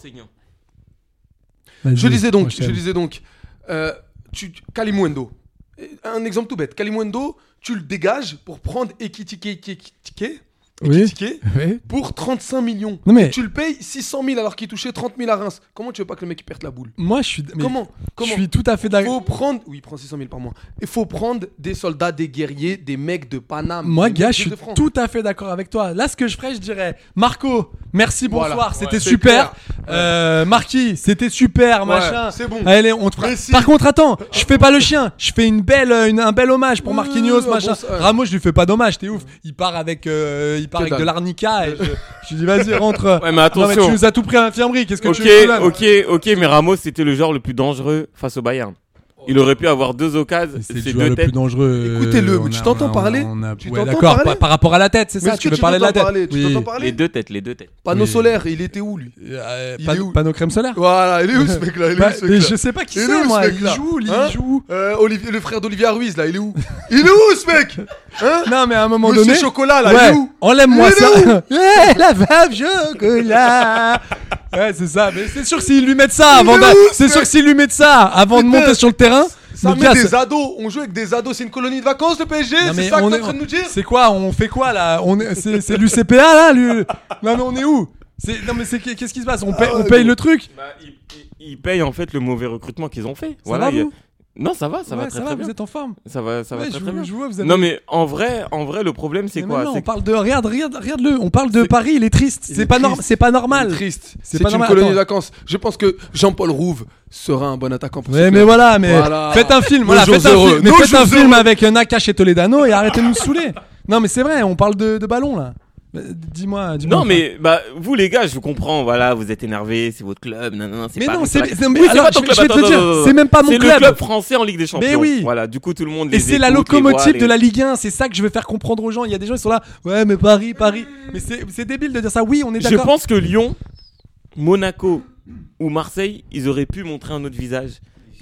S9: Vas-y,
S10: je disais donc,
S9: enchaîne.
S10: je disais donc, euh, tu, Kalimundo. Un exemple tout bête. Kalimundo, tu le dégages pour prendre Ekitike, Ekitike,
S9: Oui. Eh.
S10: Ekitike
S9: Oui.
S10: pour 35 millions.
S9: Non, mais-
S10: Et tu le payes 600 000 alors qu'il touchait 30 000 à Reims. Comment tu veux pas que le mec il perde la boule
S9: Moi je suis. mais
S10: Comment Comment
S9: Je suis tout à fait d'accord.
S10: faut prendre, oui, il prend 600 000 par mois. Il faut prendre des soldats, des guerriers, des mecs de Paname.
S9: Moi,
S10: des
S9: gars,
S10: mecs
S9: je suis
S10: de France.
S9: tout à fait d'accord avec toi. Là, ce que je ferais, je dirais Marco, merci, bonsoir,
S10: Voilà.
S9: c'était
S10: Ouais, c'est
S9: super.
S10: clair.
S9: Euh, Marquis, c'était super, machin.
S10: c'est bon.
S9: Allez, on te fera-
S10: Messi. Euh,
S9: Par contre, attends, je fais pas le chien. Je fais une belle, euh, une- un bel hommage pour
S10: Oui,
S9: Marquinhos,
S10: oui, oui,
S9: machin.
S10: bon, ça-
S9: Ramos, je lui fais pas d'hommage, t'es ouf. Il part avec, euh, il part avec
S10: dalle.
S9: de l'arnica et je, je lui dis vas-y rentre.
S6: Ouais, mais
S9: Ah, Non, mais tu
S6: attention.
S9: nous as tout pris à l'infirmerie, qu'est-ce que
S6: Ok,
S9: tu veux là
S6: ok, ok, mais Ramos c'était le joueur le plus dangereux face au Bayern. Il aurait pu avoir deux occasions,
S9: C'est le
S6: ses
S9: joueur
S6: deux
S9: le plus
S6: têtes.
S9: dangereux.
S10: Écoutez-le,
S9: On
S10: mais tu
S9: a-
S10: t'entends
S9: on a-
S10: parler
S9: on a-
S10: Tu
S9: Ouais,
S10: t'entends
S9: d'accord,
S10: parler
S9: par, par rapport à la tête, c'est
S10: Mais
S9: ça
S10: est-ce
S9: Tu
S10: que
S9: veux parler de la
S10: t'entends parler
S9: tête
S10: Tu
S9: Oui.
S10: t'entends parler
S6: Les deux têtes, les deux têtes.
S10: Panneau
S9: Oui.
S10: solaire, il était où lui
S9: Euh,
S10: Il est
S9: panneau,
S10: où
S9: panneau crème solaire
S10: Voilà, il est où ce mec là Il est
S9: Bah,
S10: où ce
S9: mais
S10: mec
S9: Je
S10: là
S9: sais pas qui
S10: Il est
S9: c'est
S10: où, ce
S9: moi, il
S10: mec-là
S9: joue, il
S10: Hein
S9: joue.
S10: Euh, Olivier- Le frère d'Olivia Ruiz là, il est où Il est où ce mec Hein
S9: Non mais à un moment
S10: Monsieur
S9: donné,
S10: Chocolat là, il est
S9: ouais,
S10: où
S9: enlève-moi
S10: Il est
S9: ça. Eh, la vape chocolat. ouais, c'est ça. Mais c'est sûr que s'ils lui mettent ça
S10: Il
S9: avant,
S10: est
S9: d'a-
S10: où, ce
S9: c'est sûr que s'ils lui mettent ça avant de
S10: Putain,
S9: monter sur le terrain,
S10: Ça
S9: le
S10: met
S9: gars,
S10: des
S9: c'est-
S10: ados, on joue avec des ados, c'est une colonie de vacances le PSG
S9: Non, mais
S10: C'est ça que
S9: on
S10: t'es
S9: est-
S10: en train de nous dire
S9: C'est quoi On fait quoi là On est- c'est c'est l'UCPA là lui- Non mais on est où C'est- non mais c'est qu'est-ce qui se passe On paye,
S10: Ah,
S9: on paye le truc
S6: ils, payent en fait le mauvais recrutement qu'ils ont fait.
S9: Ça va
S6: il y a-
S9: vous
S6: Non, ça va, ça va
S9: Ouais,
S6: très très bien.
S9: vous êtes en forme.
S6: Ça va, ça va
S9: Ouais,
S6: très
S9: je
S6: très
S9: vois,
S6: bien.
S9: je vois, vous avez-
S6: Non mais en vrai, en vrai le problème c'est
S9: Mais
S6: quoi
S9: non,
S6: C'est
S9: on parle de regarde regarde regarde le, on parle de
S6: C'est-
S9: Paris, il est triste,
S10: Il
S9: c'est
S10: est
S9: pas normal,
S10: triste.
S9: c'est pas
S10: Il
S9: normal.
S10: est Triste.
S9: C'est
S10: C'est
S9: pas
S10: une
S9: normal,
S10: colonie
S9: attends.
S10: de vacances. Je pense que Jean-Paul Rouve sera un bon attaquant pour ce
S9: Ouais,
S10: club.
S9: mais voilà, mais
S10: Voilà.
S9: faites un film,
S10: Nos
S9: voilà,
S10: jours
S9: faites un
S10: heureux,
S9: film, mais
S10: nos
S9: faites
S10: jours
S9: un film
S10: heureux.
S9: avec Nakache et Toledano et arrêtez de nous saouler. Non mais c'est vrai, on parle de, de ballon là. Bah, Dis-moi, dis-moi.
S6: Non
S9: enfin.
S6: mais bah vous les gars, je vous comprends, voilà, vous êtes énervés, c'est votre club, non non non, c'est
S9: Mais
S6: pas
S9: non,
S6: mais
S9: c'est-
S6: pas-
S9: c'est- mais
S6: Oui,
S9: alors,
S6: pas ton
S9: je-
S6: club,
S9: je vais te
S6: attends,
S9: dire,
S6: attends, attends,
S9: c'est même pas mon
S6: C'est
S9: club.
S6: le club français en Ligue des Champions.
S9: Mais oui.
S6: Voilà, du coup tout le monde
S9: Et
S6: les
S9: c'est la
S6: écoute, les voit,
S9: locomotive
S6: les-
S9: de la Ligue 1, c'est ça que je veux faire comprendre aux gens. Il y a des gens qui sont là, ouais mais Paris, Paris. Mais c'est c'est débile de dire ça. Oui, on est
S6: Je
S9: d'accord.
S6: pense que Lyon, Monaco ou Marseille, ils auraient pu montrer un autre visage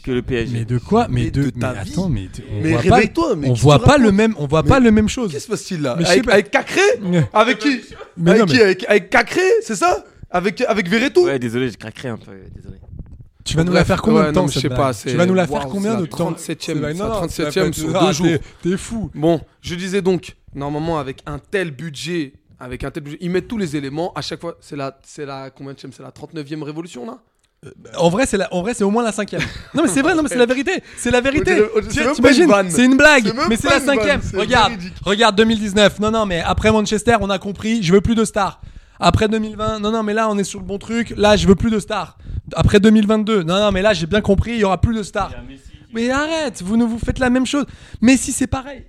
S6: que le PSG.
S9: Mais de quoi Mais,
S10: Mais
S9: de,
S10: de
S9: mais
S10: ta vie.
S9: attends, mais de- on
S10: Mais
S9: voit pas,
S10: réveille-toi, mais
S9: on
S10: qu'est-ce
S9: voit
S10: que tu
S9: pas le
S10: racontes
S9: même, on voit pas le même
S10: Qu'est-ce qui
S9: chose.
S10: se passe-t-il là
S9: Mais je sais
S10: avec,
S9: pas.
S10: avec Cacré
S9: Mais-
S10: Avec qui
S9: Mais
S10: avec,
S9: non,
S10: qui
S9: mais-
S10: avec, avec Cacré, c'est ça Avec, avec Verretou
S6: Ouais, désolé, j'ai craqué un peu, euh, désolé.
S9: Tu vas nous
S10: Bref,
S9: la faire combien
S10: ouais,
S9: de temps
S10: non, mais je
S9: cette
S10: sais
S9: blague
S10: pas, c'est-
S9: Tu vas nous la
S10: Wow,
S9: faire combien
S10: c'est
S9: de
S10: la
S9: temps
S10: 37e,
S9: Non,
S10: c'est la
S9: non,
S10: 37e
S9: tu vas pas-
S10: sur
S9: ah,
S10: deux jours.
S9: t'es- T'es fou.
S10: Bon, je disais donc, normalement, avec un tel budget, avec un tel budget, ils mettent tous les éléments. À chaque fois, c'est la, c'est la, combien de chaînes C'est la 39e révolution là
S9: En vrai, c'est la- en vrai, c'est au moins la cinquième. non, mais c'est vrai, non, mais c'est la vérité. C'est la vérité.
S10: On dirait- on- c'est
S9: Tu-
S10: même
S9: T'imagines
S10: pas une vanne.
S9: C'est une blague,
S10: C'est même
S9: mais c'est
S10: pas
S9: la
S10: une vanne,
S9: cinquième.
S10: c'est
S9: Regarde,
S10: véridique.
S9: regarde 2019. Non, non, mais après Manchester, on a compris. Je veux plus de stars. Après 2020, non, non, mais là, on est sur le bon truc. Là, je veux plus de stars. Après 2022, non, non, mais là, j'ai bien compris. Il y aura plus de stars. Mais arrête, vous nous vous faites la même chose. Mais si c'est pareil.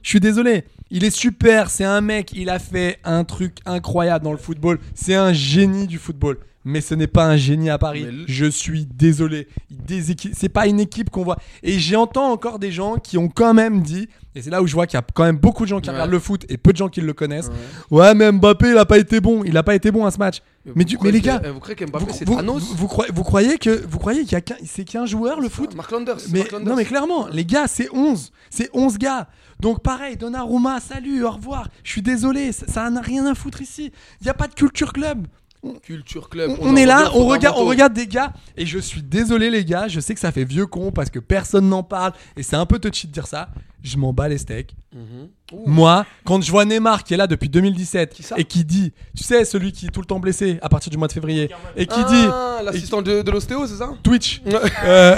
S9: Je suis désolé. Il est super, c'est un mec, il a fait un truc incroyable dans le football. C'est un génie du football. Mais ce n'est pas un génie à Paris.
S10: Mais le-
S9: Je suis désolé. Des équipes- C'est pas une équipe qu'on voit. Et j'entends encore des gens qui ont quand même dit, et c'est là où je vois qu'il y a quand même beaucoup de gens qui
S10: Ouais.
S9: regardent le foot et peu de gens qui le connaissent. Ouais, mais Mbappé, il a pas été bon. Il a pas été bon à ce match. Mais,
S10: vous
S9: du- mais
S10: croyez
S9: les
S10: que-
S9: gars,
S10: eh, vous croyez qu'Mbappé
S9: vous-
S10: c'est
S9: vous,
S10: Thanos
S9: vous- vous croyez, vous croyez que vous croyez qu'il y a qu'un, c'est qu'un joueur le foot
S10: Mark Landers. c'est
S9: mais,
S10: Mark Landers.
S9: non mais clairement, les gars, c'est 11. C'est 11 gars. Donc pareil, Donnarumma, salut, au revoir. Je suis désolé, ça- ça n'a rien à foutre ici. Il n'y a pas de culture club.
S10: Culture Club.
S9: On,
S10: en
S9: on est là,
S10: revient aux
S9: on regarde, on
S10: fondamentaux.
S9: regarde des gars. Et je suis désolé les gars, je sais que ça fait vieux con parce que personne n'en parle. Et c'est un peu touchy de dire ça. Je m'en bats les steaks. Moi, quand je vois Neymar qui est là depuis 2017
S10: Mm-hmm. Qui ça
S9: et qui dit, tu sais, celui qui est tout le temps blessé à partir du mois de février, et qui dit,
S10: Ah, l'assistant de, de l'ostéo, c'est ça
S9: Twitch. Euh,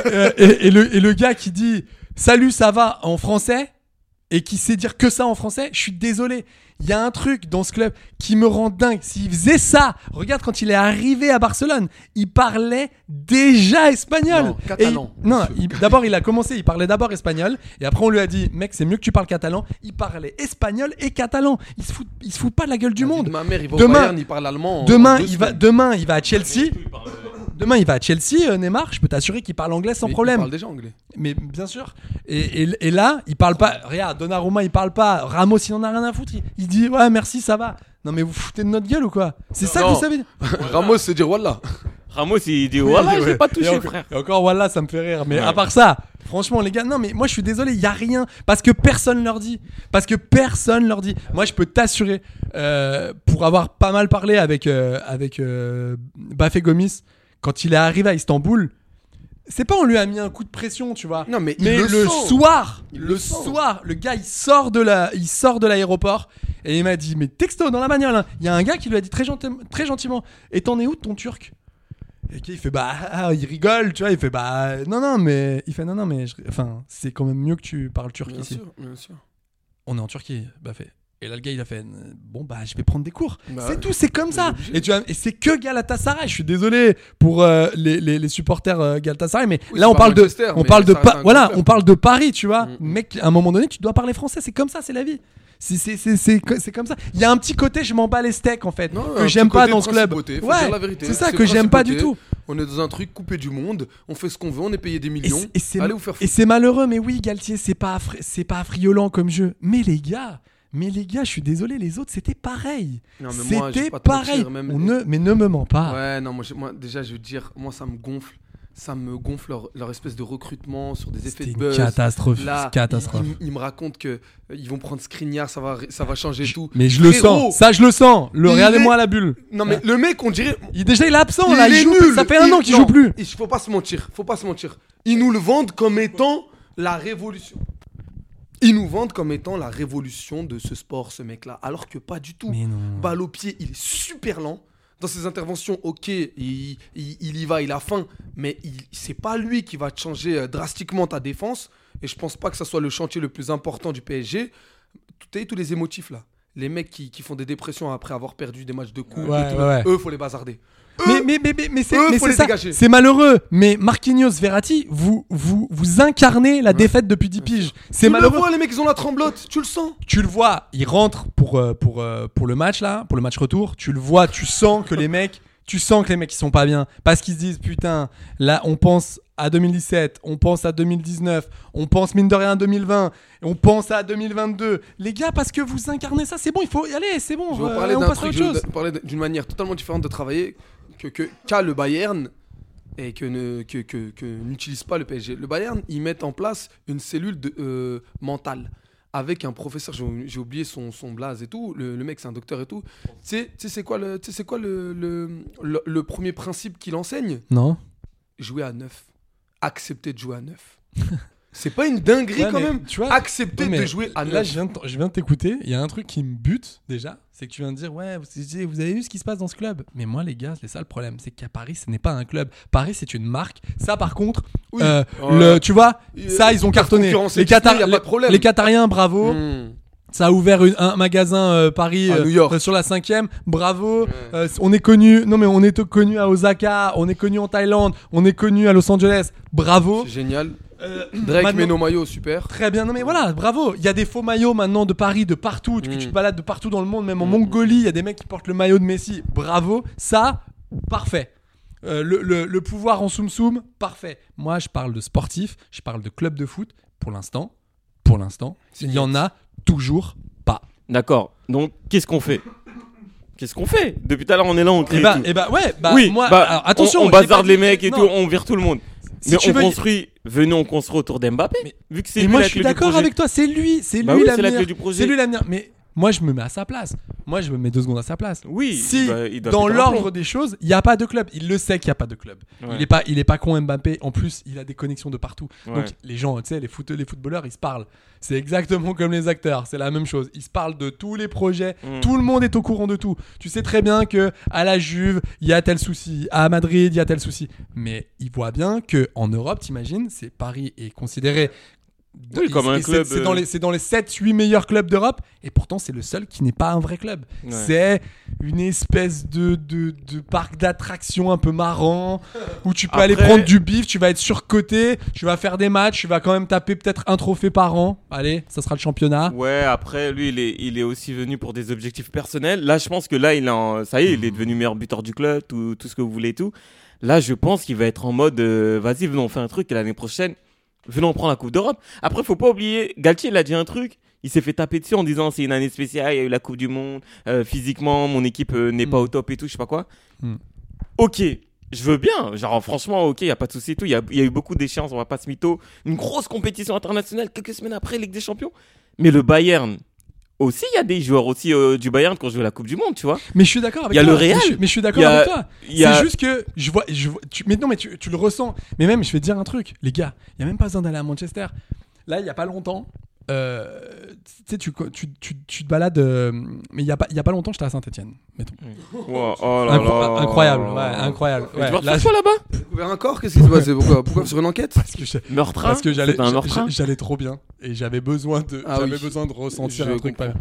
S9: euh, et, et le, et le gars qui dit Salut, ça va en français et qui sait dire que ça en français, je suis désolé. Il y a un truc dans ce club qui me rend dingue. S'il faisait ça, regarde quand il est arrivé à Barcelone, il parlait déjà espagnol.
S10: Non,
S9: Et
S10: catalan,
S9: il- non,
S10: monsieur.
S9: il- d'abord il a commencé, il parlait d'abord espagnol, et après on lui a dit, mec, c'est mieux que tu parles catalan. Il parlait espagnol et catalan. Il se fout, il se fout pas de la gueule du monde.
S10: Ma mère, il va au
S9: Demain-
S10: Bayern, il parle allemand. en- en
S9: Demain,
S10: deux
S9: il va,
S10: semaines.
S9: demain, il va à Chelsea. Demain, il va à Chelsea, euh, Neymar. Je peux t'assurer qu'il parle anglais sans
S10: Mais Il
S9: problème.
S10: parle déjà anglais.
S9: Mais bien sûr. Et, et- et là, il parle pas. Regarde, Donnarumma, il parle pas. Ramos, il en a rien à foutre. Il, il dit Ouais, merci, ça va. Non, mais vous foutez de notre gueule ou quoi C'est ça que
S10: non.
S9: vous savez dire
S10: Ramos, c'est dire Wallah.
S6: Ramos il dit voilà, je l'ai pas touché
S9: Et encore-
S6: frère.
S9: Et encore, voilà, ça me fait rire. Mais à part ça, franchement, les gars, non, mais moi, je suis désolé, il y a rien. Parce que personne leur dit. Parce que personne leur dit. Moi, je peux t'assurer, euh, pour avoir pas mal parlé avec, euh, avec euh, Bafé Gomis, quand il est arrivé à Istanbul, c'est pas on lui a mis un coup de pression, tu vois.
S10: Non, mais il
S9: mais
S10: le
S9: le
S10: sent.
S9: soir,
S10: Il
S9: le
S10: le sent.
S9: soir, le gars, il sort de la, il sort de l'aéroport et il m'a dit, mais texto dans la bagnole, hein. il y a un gars qui lui a dit très, gentil- très gentiment, et t'en es où de ton turc et qui il fait bah ah, il rigole tu vois il fait bah non non mais il fait non non mais je- enfin c'est quand même mieux que tu parles turc
S10: Bien
S9: ici
S10: sûr, bien sûr.
S9: on est en Turquie bah fait et là le gars il a fait euh, bon bah je vais prendre des cours
S10: Bah
S9: c'est
S10: ouais.
S9: tout c'est comme ça
S10: obligé.
S9: et tu vas- et c'est que Galatasaray je suis désolé pour euh, les, les, les supporters euh, Galatasaray mais
S10: Oui,
S9: là
S10: c'est
S9: on
S10: pas
S9: parle de
S10: Manchester,
S9: on
S10: mais
S9: parle de
S10: ça reste
S9: Pa-
S10: un
S9: voilà
S10: club.
S9: on parle de Paris tu vois
S10: Mm.
S9: mec à un moment donné tu dois parler français c'est comme ça c'est la vie C'est- C'est c'est- c'est co- c'est comme ça. Il y a un petit côté, je m'en bats les steaks en fait,
S10: Non, un
S9: que
S10: petit
S9: j'aime pas
S10: côté
S9: dans ce club.
S10: principauté, faut dire la
S9: Ouais,
S10: vérité. hein,
S9: c'est ça
S10: C'est
S9: que j'aime pas du tout.
S10: principauté. On est dans un truc coupé du monde, on fait ce qu'on veut, on est payé des
S9: Et
S10: millions.
S9: c'est- et c'est-
S10: Allez vous faire
S9: et
S10: foutre.
S9: c'est malheureux, mais oui, Galtier, c'est pas, affri- c'est pas affriolant comme jeu. Mais les gars, mais les gars, je suis désolé, les autres, c'était pareil.
S10: Non, mais moi, je vais
S9: C'était
S10: pas te mentir,
S9: pareil.
S10: même-
S9: On ne, mais ne me mens pas.
S10: Ouais, non, moi, je- moi, déjà, je veux dire, moi, ça me gonfle. Ça me gonfle leur, leur espèce de recrutement sur des effets
S9: C'était
S10: de
S9: une
S10: buzz.
S9: catastrophe.
S10: Là,
S9: catastrophe.
S10: Ils, ils me- ils me racontent que euh, ils vont prendre Skriniar, ça va, ça va changer tout.
S9: Mais je le
S10: Frérot,
S9: sens, ça je le sens. Le,
S10: Il
S9: regardez-moi
S10: est-
S9: la bulle.
S10: Non mais le mec, on dirait.
S9: Il, déjà, il est absent Ah. là, il
S10: est
S9: joue.
S10: nul.
S9: Ça fait un
S10: Il-
S9: an qu'il
S10: non,
S9: joue plus.
S10: Il faut pas se mentir, faut pas se mentir. Ils nous le vendent comme étant la révolution. Ils nous vendent comme étant la révolution de ce sport, ce mec-là, alors que pas du tout.
S9: Mais non.
S10: Balle au pied, il est super lent. Dans ses interventions, ok, il, il- il y va, il a faim, mais il- c'est pas lui qui va te changer euh, drastiquement ta défense. Et je pense pas que ça soit le chantier le plus important du PSG. Tout est tous les émotifs là. Les mecs qui, qui font des dépressions après avoir perdu des matchs de coupe,
S9: Ouais,
S10: et tout,
S9: ouais, ouais.
S10: eux faut les bazarder.
S9: Mais, mais, mais, mais, mais c'est
S10: eux,
S9: mais
S10: faut
S9: c'est
S10: les
S9: ça.
S10: dégager.
S9: C'est malheureux. Mais Marquinhos Verratti, vous, vous, vous incarnez la défaite depuis 10 piges.
S10: Tu
S9: C'est
S10: le
S9: malheureux.
S10: vois, les mecs, ils ont la tremblote, tu le sens.
S9: tu le vois, il rentre pour, euh, pour, euh, pour le match là, pour le match retour. Tu le vois, tu sens que les mecs, tu sens que les mecs ils sont pas bien parce qu'ils se disent putain, là on pense à 2017, on pense à 2019, on pense mine de rien à 2020, on pense à 2022. Les gars, parce que vous incarnez ça, c'est bon, il faut y aller, c'est bon,
S10: Je vais vous
S9: euh,
S10: parler
S9: on
S10: d'un
S9: passe à
S10: truc,
S9: autre
S10: je vais
S9: chose.
S10: vous parler d'une manière totalement différente de travailler que que- qu'a le Bayern et que ne que, que- que n'utilise pas le PSG. Le Bayern, ils mettent en place une cellule de, euh, mentale avec un professeur. J'ai j'ai oublié son, son blaze et tout. Le, le mec, c'est un docteur et tout. Tu sais, tu sais c'est quoi le tu sais c'est quoi le, le- le- le premier principe qu'il enseigne
S9: Non.
S10: Jouer à 9. Accepter de jouer à 9. c'est pas une dinguerie
S9: Ouais,
S10: quand
S9: mais
S10: même.
S9: tu vois,
S10: Accepter
S9: Non, mais
S10: de jouer à
S9: Là,
S10: 9.
S9: je viens de t- je viens de t'écouter. Il y a un truc qui me bute déjà, c'est que tu viens de dire ouais, vous, vous avez vu ce qui se passe dans ce club. Mais moi, les gars, c'est ça le problème, c'est qu'à Paris, ce n'est pas un club. Paris, c'est une marque. Ça, par contre,
S10: Oui.
S9: euh,
S10: Ouais.
S9: le, tu vois,
S10: Euh,
S9: ça, ils ont cartonné.
S10: concurrence
S9: Les,
S10: extérieure,
S9: Qatar-
S10: y a pas de problème.
S9: les Qatariens, bravo.
S10: Hmm.
S9: Ça a ouvert une- un magasin euh, Paris
S10: À
S9: euh,
S10: New York.
S9: euh, sur la cinquième. Bravo. Euh, on est connu. Non mais on est connu à Osaka. On est connu en Thaïlande. On est connu à Los Angeles. Bravo.
S10: C'est génial. Drake
S9: Oh. Euh, Mano-
S10: met nos maillots, super.
S9: Très bien, non mais voilà, bravo. Il y a des faux maillots maintenant de Paris, de partout,
S6: Mm.
S9: que tu te balades de partout dans le monde, même en Mongolie, il y a des mecs qui portent le maillot de Messi. Bravo, ça, parfait. Euh, le, le- le pouvoir en soum soum, parfait. Moi, je parle de sportif, je parle de club de foot. Pour l'instant, pour l'instant, il y en a toujours pas.
S6: D'accord. Donc, qu'est-ce qu'on fait Qu'est-ce qu'on fait Depuis tout à l'heure, on est là, on
S9: Et
S6: crie.
S9: bah,
S6: et tout.
S9: eh bah, ouais, bah,
S6: oui,
S9: moi,
S6: bah,
S9: alors,
S6: on-
S9: attention,
S6: On,
S9: j'ai
S6: bazarde
S9: pas
S6: les
S9: dit-
S6: mecs et
S9: non.
S6: tout, on vire tout le monde.
S9: Si
S6: mais
S9: tu
S6: on
S9: veux-
S6: construit, venez, on construit autour d'Mbappé.
S9: Mais-
S6: Vu que c'est
S9: Et
S6: lui
S9: moi,
S6: la
S9: je suis
S6: clé du
S9: d'accord
S6: projet.
S9: avec toi. C'est lui, c'est
S6: Bah
S9: lui
S6: oui, c'est la
S9: l'avenir.
S6: clé du projet.
S9: C'est lui l'avenir. Mais moi, je me mets à sa place. Moi, je me mets deux secondes à sa place.
S6: Oui,
S9: Si
S6: il doit- il doit
S9: dans
S6: péter un
S9: l'ordre des choses, il n'y a pas de club. Il le sait qu'il n'y a pas de club.
S6: Ouais.
S9: Il est pas, il est pas con Mbappé. En plus, il a des connexions de partout.
S6: Ouais.
S9: Donc les gens, tu sais, les foot- les footballeurs, ils se parlent. C'est exactement comme les acteurs. C'est la même chose. Ils se parlent de tous les projets.
S6: Mm.
S9: Tout le monde est au courant de tout. Tu sais très bien que à la Juve, il y a tel souci. À Madrid, il y a tel souci. Mais ils voient bien que en Europe, t'imagines, c'est Paris est considéré
S6: Oui, comme un
S9: et c'est-
S6: club,
S9: C'est dans
S6: euh,
S9: les, c'est dans les 7-8 meilleurs clubs d'Europe, et pourtant c'est le seul qui n'est pas un vrai club.
S6: Ouais.
S9: C'est une espèce de, de, de parc d'attractions un peu marrant, où tu peux aller
S6: Après-
S9: prendre du bif, tu vas être surcoté, tu vas faire des matchs, tu vas quand même taper peut-être un trophée par an. Allez, ça sera le championnat.
S6: Ouais, après, lui, il est, il est aussi venu pour des objectifs personnels. Là, je pense que là, il a, un- ça y est, il est devenu meilleur buteur du club, tout, tout ce que vous voulez et tout. Là, je pense qu'il va être en mode, euh, vas-y, venons, on fait un truc et l'année prochaine, venons, on prend la Coupe d'Europe. Après, faut pas oublier, Galtier, il a dit un truc. Il s'est fait taper dessus en disant c'est une année spéciale, il y a eu la Coupe du Monde, euh, physiquement, mon équipe euh, n'est pas au top et tout, je sais pas quoi.
S9: Mm.
S6: Ok, je veux bien, genre franchement, ok, il y a pas de souci et tout, il y a, il y a eu beaucoup d'échéances, on va pas se mytho. Une grosse compétition internationale quelques semaines après, Ligue des Champions. Mais le Bayern, aussi, il y a des joueurs aussi euh, du Bayern qui ont joué la Coupe du Monde, tu vois.
S9: Mais je suis d'accord avec
S6: Il y a
S9: toi.
S6: le Real.
S9: Mais je, mais je suis
S6: Il
S9: d'accord
S6: y a-
S9: avec toi.
S6: il y a-
S9: C'est juste que je vois, je vois- tu, mais non, mais tu, tu le ressens. Mais même, je vais te dire un truc, les gars. Il y a même pas besoin d'aller à Manchester. Là, il y a pas longtemps. euh, tu sais, tu, co- tu, tu, tu te balades, euh, mais il y a pas, il y a pas longtemps, j'étais à Saint-Etienne. Mettons.
S6: Wow, oh là
S9: Incro-
S6: là.
S9: incroyable, ouais, incroyable.
S6: Mais
S9: Ouais,
S6: tu vois,
S9: là,
S6: toi là-bas
S10: Ouvert un corps Qu'est-ce qui se passe Pourquoi, pourquoi sur une enquête
S9: parce que j'ai-
S6: Meurtre
S9: parce que j'allais,
S6: C'était un meurtre
S9: j'a- j'allais trop bien et j'avais besoin de,
S10: hein Ah
S9: j'avais
S10: oui.
S9: besoin de ressentir
S10: Je
S9: un truc.
S10: comprends.
S9: Pas bien.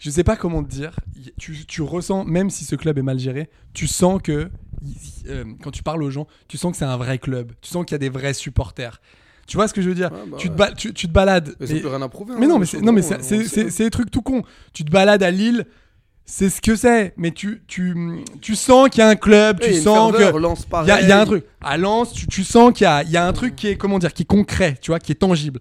S9: Je sais pas comment te dire. y- Tu, tu ressens, même si ce club est mal géré, tu sens que y- y- euh, quand tu parles aux gens, tu sens que c'est un vrai club. Tu sens qu'il y a des vrais supporters. Tu vois ce que je veux dire
S10: Ouais, bah
S9: tu, te
S10: ouais.
S9: ba- tu, tu te balades.
S10: Mais ils ont
S9: et-
S10: plus rien à prouver.
S9: mais
S10: hein,
S9: non, mais
S10: les
S9: c'est
S10: champions,
S9: non, mais
S10: hein, on
S9: c'est-
S10: le
S9: c'est-
S10: sait.
S9: c'est- c'est des trucs tout cons. Tu te balades à Lille, c'est ce que c'est. Mais tu, tu, tu sens qu'il y a un club,
S10: Eh, il
S9: tu
S10: y a une
S9: sens
S10: ferveur,
S9: que.
S10: Lens,
S9: Il y, a-
S10: pareil.
S9: il y a un truc. À Lens, tu, tu sens qu'il y a, il y a un truc qui est, comment dire, qui est concret, tu vois, qui est tangible.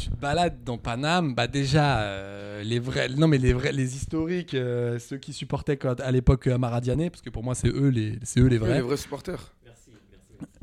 S9: Tu te balades dans Paname, bah déjà, euh, les vrais, non mais les vrais, les historiques, euh, ceux qui supportaient quand- à l'époque euh, Amara Diané, parce que pour moi c'est eux les, c'est eux les
S10: Oui, Les
S9: vrais.
S10: vrais supporters.